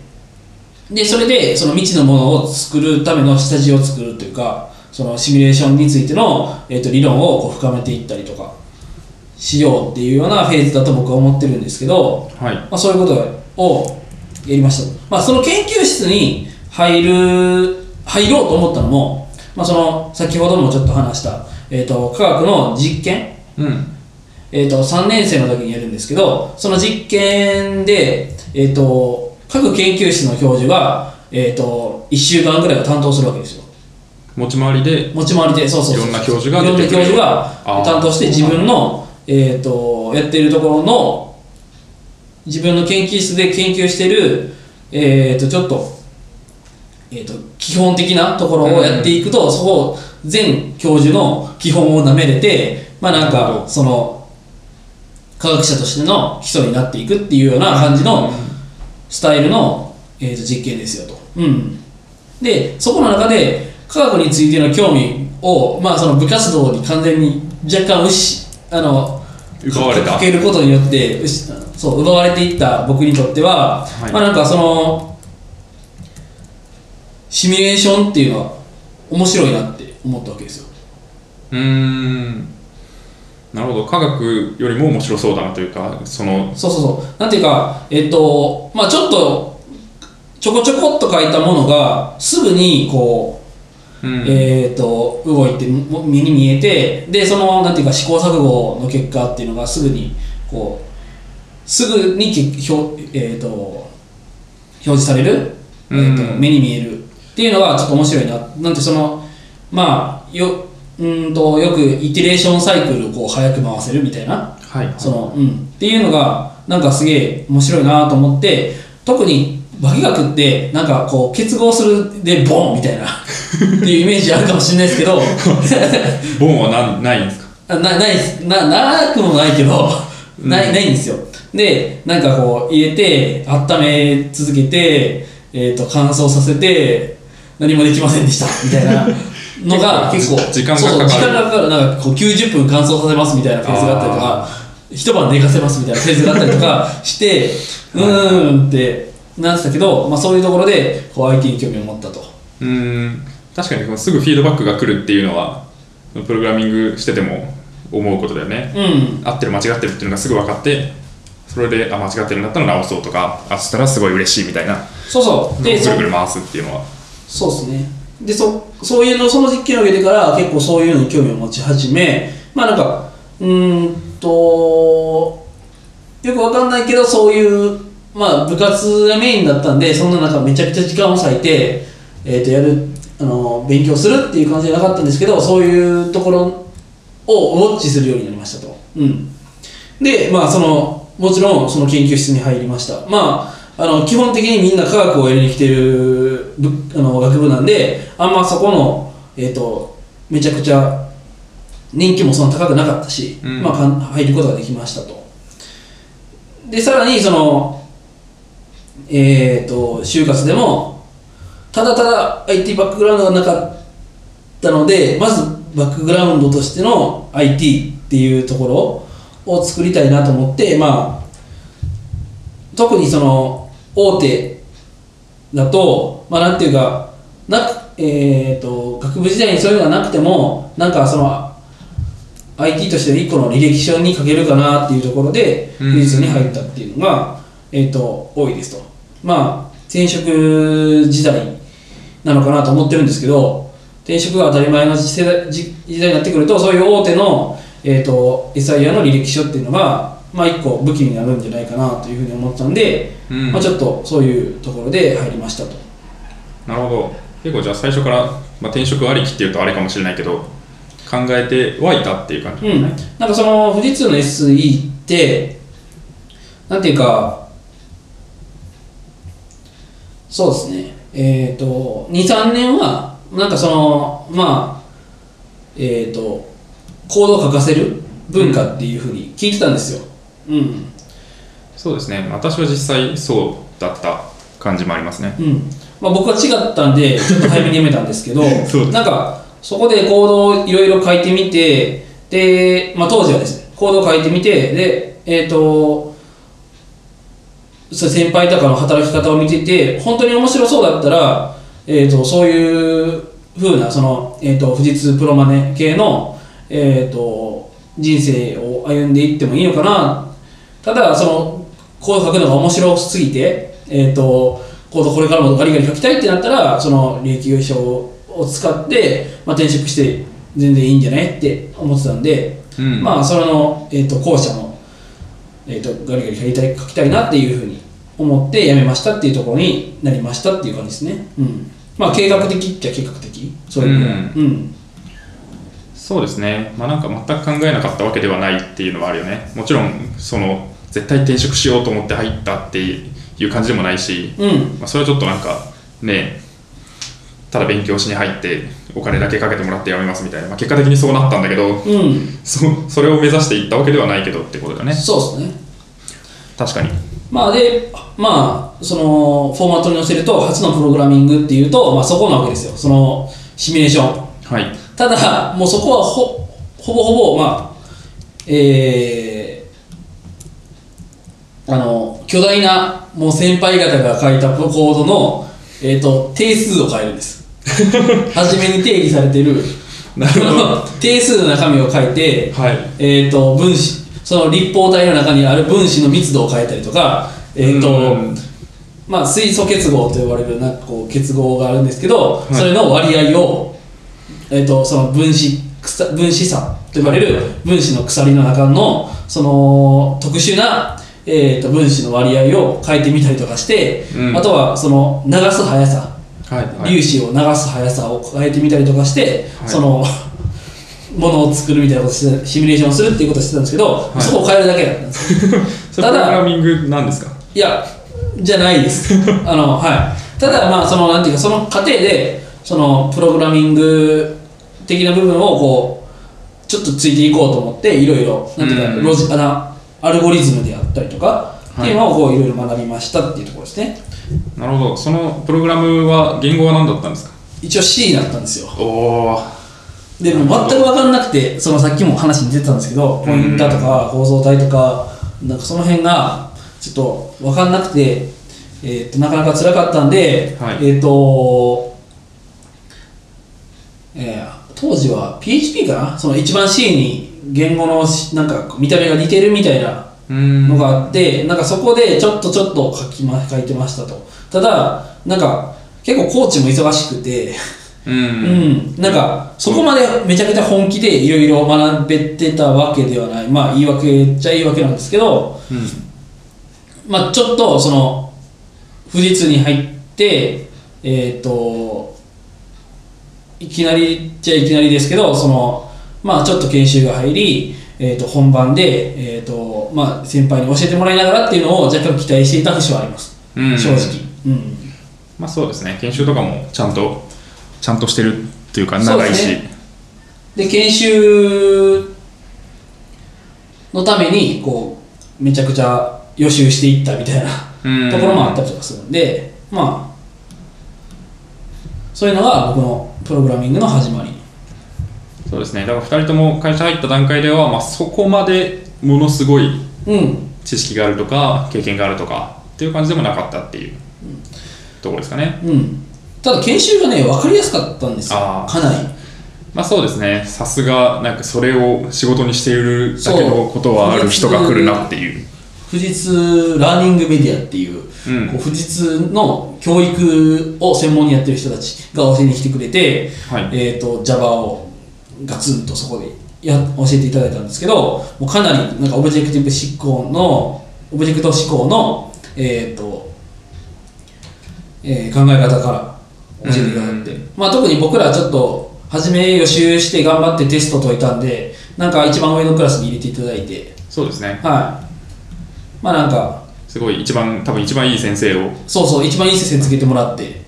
Speaker 1: でそれでその未知のものを作るための下地を作るというかそのシミュレーションについての、えー、と理論をこう深めていったりとかしようっていうようなフェーズだと僕は思ってるんですけど、
Speaker 2: はい
Speaker 1: まあ、そういうことをやりました、まあ、その研究室に入る入ろうと思ったのも、まあ、その先ほどもちょっと話した、えー、と科学の実験、
Speaker 2: うん
Speaker 1: えー、と3年生の時にやるんですけどその実験で、えー、と各研究室の教授が、えー、と1週間ぐらいを担当するわけですよ
Speaker 2: 持ち回りで
Speaker 1: 持ち回りでそうそうそう
Speaker 2: いろんな教授が
Speaker 1: いろんな
Speaker 2: 出て
Speaker 1: 教
Speaker 2: くる
Speaker 1: 授が
Speaker 2: あー
Speaker 1: 担当して自分の、えー、とやっているところの自分の研究室で研究している、えー、とちょっと,、えー、と基本的なところをやっていくと、そこを全教授の基本をなめれてまあなん
Speaker 2: なるほ
Speaker 1: か
Speaker 2: ど
Speaker 1: その科学者としての基礎になっていくっていうような感じのスタイルの、えー、と実験ですよと。うん、でそこの中で科学についての興味を、まあ、その部活動に完全に若干うしあの
Speaker 2: 奪われた
Speaker 1: かけることによってうしそう奪われていった僕にとっては、
Speaker 2: はい
Speaker 1: まあなんかそのシミュレーションっていうのは面白いなって思ったわけですよ。
Speaker 2: うーんなるほど科学よりも面白そうだなというかその
Speaker 1: そうそうそうなんていうかえっとまあちょっとちょこちょこっと書いたものがすぐにこう
Speaker 2: うん、
Speaker 1: えー、と動いても目に見えてでそのなんていうか試行錯誤の結果っていうのがすぐにこうすぐにけ表,、えー、と表示される、えーと
Speaker 2: うん
Speaker 1: 目に見えるっていうのがちょっと面白いななんてそのまあようーんとよくイテレーションサイクルをこう早く回せるみたいな
Speaker 2: はい
Speaker 1: その、うん、っていうのがなんかすげえ面白いなと思って特に化学ってなんかこう結合するでボンみたいなっていうイメージあるかもしれないですけど
Speaker 2: ボンはなんないんですか
Speaker 1: あなないですななくもないけどないないんですよでなんかこう入れて温め続けて、えー、と乾燥させて何もできませんでしたみたいなのが結
Speaker 2: 結
Speaker 1: 構
Speaker 2: 構時間が
Speaker 1: そうそう
Speaker 2: かかる
Speaker 1: 時間がかかるなんかこう90分乾燥させますみたいなフェーズがあったりとか一晩寝かせますみたいなフェーズがあったりとか してうーんってなってたけど、まあ、そういうところでこう IT に興味を持ったと
Speaker 2: うーん確かにこのすぐフィードバックが来るっていうのはプログラミングしてても思うことだよね、
Speaker 1: うん
Speaker 2: 合ってる間違ってるっていうのがすぐ分かってそれであ間違ってるんだったら直そうとかあそしたらすごい嬉しいみたいな
Speaker 1: そうそう
Speaker 2: ぐ
Speaker 1: でそ
Speaker 2: るぐる回すっていうのは
Speaker 1: そうですね。で、そそういうの、その実験を受けてから、結構そういうのに興味を持ち始め、まあなんか、うーんと、よくわかんないけど、そういう、まあ部活がメインだったんで、そんな中めちゃくちゃ時間を割いて、えっ、と、やる、あの、勉強するっていう感じじゃなかったんですけど、そういうところをウォッチするようになりましたと。うん。で、まあ、そのもちろんその研究室に入りました、まあ、あの基本的にみんな科学をやりに来てる部あの学部なんであんまそこの、えっとめちゃくちゃ人気もそんな高くなかったし、
Speaker 2: うん
Speaker 1: まあ、かん入ることができましたとでさらにそのえっ、と就活でもただただ IT バックグラウンドがなかったのでまずバックグラウンドとしての IT っていうところを作りたいなと思ってまあ特にその大手だとまあなんていうかなくえー、と学部時代にそういうのがなくてもなんかその IT としての一個の履歴書に書けるかなっていうところで
Speaker 2: うん
Speaker 1: 技術に入ったっていうのが、えー、と多いですとまあ転職時代なのかなと思ってるんですけど転職が当たり前の世代時時代になってくるとそういう大手の、えー、と SIR の履歴書っていうのが、まあ、一個武器になるんじゃないかなというふうに思ったんで、
Speaker 2: うん
Speaker 1: まあ、ちょっとそういうところで入りましたと。
Speaker 2: なるほど結構じゃあ最初から、まあ、転職ありきっていうとあれかもしれないけど考えてはいたっていう感じ
Speaker 1: うん、なんかその富士通の SE ってなんていうかそうですねえっ、と23年はなんかそのまあえっ、とコードを書かせる文化っていうふうに聞いてたんですよ、うん、
Speaker 2: そうですね私は実際そうだった感じもありますね
Speaker 1: うんまあ、僕は違ったんでちょっと早めにやめたんですけど
Speaker 2: そうです
Speaker 1: なんかそこで行動をいろいろ書いてみてで、まあ、当時はですね行動を書いてみてでえっ、とそう先輩とかの働き方を見てて本当に面白そうだったら、えー、とそういう風なその、えー、と富士通プロマネ系の、えー、と人生を歩んでいってもいいのかなただそのコード書くのが面白すぎて、えー、とコードこれからもガリガリ書きたいってなったらその利益書を使って、まあ、転職して全然いいんじゃないって思ってたんで、
Speaker 2: うん
Speaker 1: まあそれの、えー、と後者の、えー、とガリガリ書きたい書きたいなっていうふうに思って辞めましたっていうところになりましたっていう感じですね、うん、まあ計画的っちゃ計画的そういうのは
Speaker 2: う
Speaker 1: うん
Speaker 2: そうですねまあなんか全く考えなかったわけではないっていうのはあるよねもちろんその絶対転職しようと思って入ったっていう感じでもないし、
Speaker 1: うん
Speaker 2: まあ、それはちょっとなんかねただ勉強しに入ってお金だけかけてもらってやめますみたいな、まあ、結果的にそうなったんだけど
Speaker 1: うん
Speaker 2: そそれを目指していったわけではないけどってことだね
Speaker 1: そうですね
Speaker 2: 確かに
Speaker 1: まあで、まあ、そのフォーマットに載せると、初のプログラミングっていうと、まあ、そこなわけですよ、そのシミュレーション。
Speaker 2: はい
Speaker 1: ただ、もうそこはほほぼほぼ、まあえーあの巨大なもう先輩方が書いたコードの、えー、と定数を変えるん です。初めに定義されてる
Speaker 2: なるほど
Speaker 1: 定数の中身を書いて、
Speaker 2: はい
Speaker 1: えー、と分子その立方体の中にある分子の密度を変えたりとか、えーと
Speaker 2: うん
Speaker 1: まあ、水素結合と呼ばれるなんかこう結合があるんですけど、
Speaker 2: い
Speaker 1: それの割合を、えー、とその分子くさ分子差と呼ばれる分子の鎖の中のその特殊な、えー、と分子の割合を変えてみたりとかして、
Speaker 2: うん
Speaker 1: あとはその流す速さ
Speaker 2: はい、は
Speaker 1: 粒
Speaker 2: い、
Speaker 1: 子を流す速さを変えてみたりとかして、
Speaker 2: はい
Speaker 1: その ものを作るみたいなことをしてシミュレーションするっていうことをしてたんですけど、
Speaker 2: い
Speaker 1: そこを変えるだけだったんです
Speaker 2: それ
Speaker 1: た
Speaker 2: プロ
Speaker 1: だ
Speaker 2: グラミングなんですか
Speaker 1: いやじゃないです あのはいただまあそのなんていうかその過程でそのプログラミング的な部分をこうちょっとついていこうと思っていろいろなんていうか、
Speaker 2: うん
Speaker 1: ロジあのアルゴリズムであったりとか、
Speaker 2: い
Speaker 1: っていうのをこういろいろ学びましたっていうところですね
Speaker 2: なるほどそのプログラムは言語は何だったんですか
Speaker 1: 一応 C だったんですよ
Speaker 2: おお
Speaker 1: でもう全く分かんなくてそのさっきも話に出てたんですけどポインターとか構造体とかなんかその辺がちょっと分かんなくて、えー、となかなか辛かったんで、
Speaker 2: はい
Speaker 1: えっ、と、えー当時は PHP かなその一番 C に言語のしなんか見た目が似てるみたいな
Speaker 2: うーん
Speaker 1: のがあって、なんかそこでちょっとちょっと書き、ま、書いてましたとただなんか結構コーチも忙しくて
Speaker 2: うん、
Speaker 1: うん、なんかそこまでめちゃくちゃ本気でいろいろ学べてたわけではないまあ言い訳っちゃ言い訳なんですけど、
Speaker 2: うん
Speaker 1: まあ、ちょっとその富士通に入ってえっ、といきなりっちゃいきなりですけどそのまあちょっと研修が入り、えー、と本番で、えーとまあ、先輩に教えてもらいながらっていうのを若干期待していた節はあります、
Speaker 2: うん
Speaker 1: 正直、うん、
Speaker 2: まあそうですね研修とかもちゃんとちゃんとしてるっていうか
Speaker 1: そう
Speaker 2: 長
Speaker 1: で
Speaker 2: い
Speaker 1: す
Speaker 2: し、
Speaker 1: ねで研修のためにこうめちゃくちゃ予習していったみたい
Speaker 2: うん
Speaker 1: なところもあったりとかするんでまあそういうのが僕のプログラミングの始まり
Speaker 2: そうですねだから2人とも会社入った段階では、まあ、そこまでものすごい
Speaker 1: うん
Speaker 2: 知識があるとか経験があるとかっていう感じでもなかったっていうところですかね
Speaker 1: うんただ研修がね分かりやすかったんですよ
Speaker 2: あー
Speaker 1: かなり
Speaker 2: まあそうですねさすがなんかそれを仕事にしているだけのことはある人が来るなっていう
Speaker 1: 富士通ラーニングメディアっていう,、
Speaker 2: うん
Speaker 1: こう富士通の教育を専門にやってる人たちが教えに来てくれて、
Speaker 2: はい
Speaker 1: えー、と Java をガツンとそこでや教えていただいたんですけどもうかなりなんかオブジェクティブ思考のオブジェクト思考の、えーとえー考え方から教えていただいて、
Speaker 2: うん
Speaker 1: まあ、特に僕らはちょっと初め予習して頑張ってテスト解いたんでなんか一番上のクラスに入れていただいて。
Speaker 2: そうですね
Speaker 1: はい。まあなんか、
Speaker 2: すごい一番多分一番いい先生を
Speaker 1: そうそう、一番いい先生つけてもらって、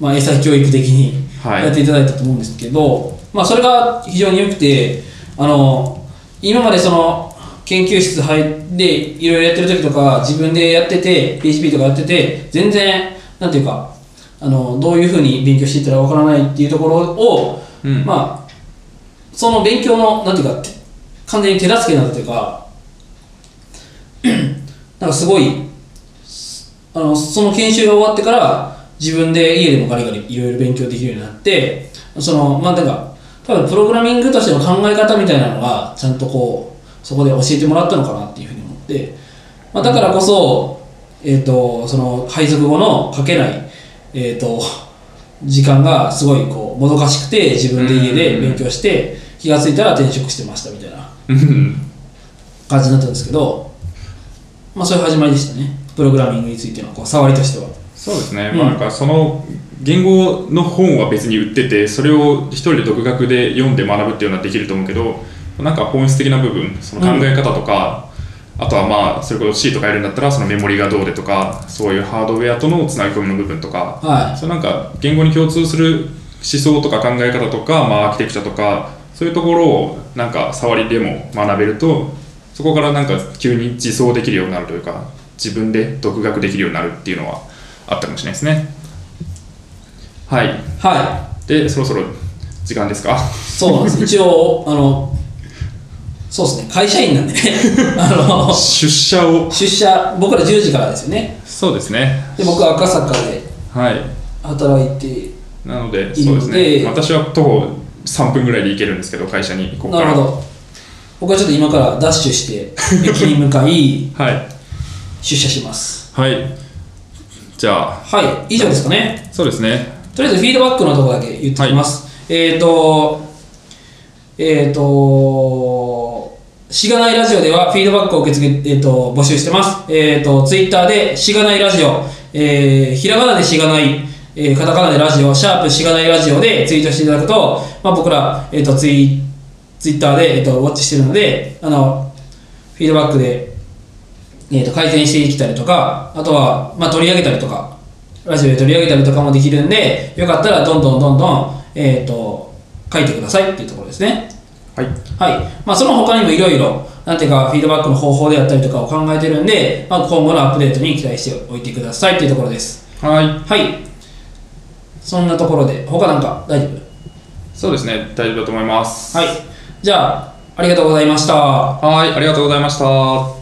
Speaker 1: まあ、英才教育的に
Speaker 2: はい
Speaker 1: やっていただいたと思うんですけど、まあそれが非常に良くて、あの、今までその、研究室入って、いろいろやってる時とか、自分でやってて、PHP とかやってて、全然、なんていうか、あの、どういうふうに勉強していったらわからないっていうところを、
Speaker 2: うん
Speaker 1: まあ、その勉強の、なんていうか、て完全に手助けになったというか、 なんかすごい、あのその研修が終わってから自分で家でもガリガリいろいろ勉強できるようになってそのまあなんか多分プログラミングとしての考え方みたいなのがちゃんとこうそこで教えてもらったのかなっていうふうに思って、まあ、だからこそ,、えー、とその配属後のかけない、えー、と時間がすごいこうもどかしくて自分で家で勉強して気がついたら転職してましたみたいな
Speaker 2: うん
Speaker 1: 感じになったんですけど、まあ、そういう始まりでしたねプログラミングについてのこう触りとしては。
Speaker 2: そうですね、
Speaker 1: うん
Speaker 2: まあなんかその言語の本は別に売っててそれを一人で独学で読んで学ぶっていうのはできると思うけどなんか本質的な部分その考え方とか、あとはまあそれこそ C とかやるんだったらそのメモリがどうでとかそういうハードウェアとのつなぎ込みの部分とか
Speaker 1: はい
Speaker 2: そうなんか言語に共通する思想とか考え方とか、まあ、アーキテクチャとかそういうところをなんか触りでも学べるとそこからなんか急に自走できるようになるというか自分で独学できるようになるっていうのはあったかもしれないですねはい
Speaker 1: は
Speaker 2: でそろそろ時 間ですか
Speaker 1: い、そうなんです。一応、あの、そうですね、会社員なんでね、あの、
Speaker 2: 出社を
Speaker 1: 出社、僕ら10時からですよね。
Speaker 2: そうですね
Speaker 1: で、僕は赤坂で
Speaker 2: はい
Speaker 1: 働いて、
Speaker 2: なので
Speaker 1: いい
Speaker 2: そう
Speaker 1: の
Speaker 2: で
Speaker 1: です
Speaker 2: ね私は徒歩3分ぐらいで行けるんですけど会社にここ
Speaker 1: なる
Speaker 2: から
Speaker 1: ほど。僕はちょっと今からダッシュして、駅に向かい、
Speaker 2: はい
Speaker 1: 出社します。
Speaker 2: はいじゃあ
Speaker 1: はい、以上ですかね。
Speaker 2: そうですね
Speaker 1: とりあえずフィードバックのところだけ言っておきます。えっ、ー、と、えっ、ー、と、しがないラジオではフィードバックを受け付け、えー、と募集してます。えっ、ー、と、ツイッターでしがないラジオ、えー、ひらがなでしがない、えー、カタカナでラジオ、シャープしがないラジオでツイートしていただくと、まあ、僕ら、えっ、と、ツイツイッターで、えっと、ウォッチしてるので、あの、フィードバックで、えっと、改善していきたりとか、あとは、まあ、取り上げたりとか、ラジオで取り上げたりとかもできるんで、よかったら、どんどんどんどん、えっと、書いてくださいっていうところですね。
Speaker 2: はい。
Speaker 1: はい。まあ、その他にもいろいろ、なんていうか、フィードバックの方法であったりとかを考えてるんで、まあ、今後のアップデートに期待しておいてくださいっていうところです。
Speaker 2: はい。
Speaker 1: はい。そんなところで、他なんか大丈夫
Speaker 2: そうですね。大丈夫だと思います。
Speaker 1: はい。じゃあ、ありがとうございました。
Speaker 2: はい。ありがとうございました。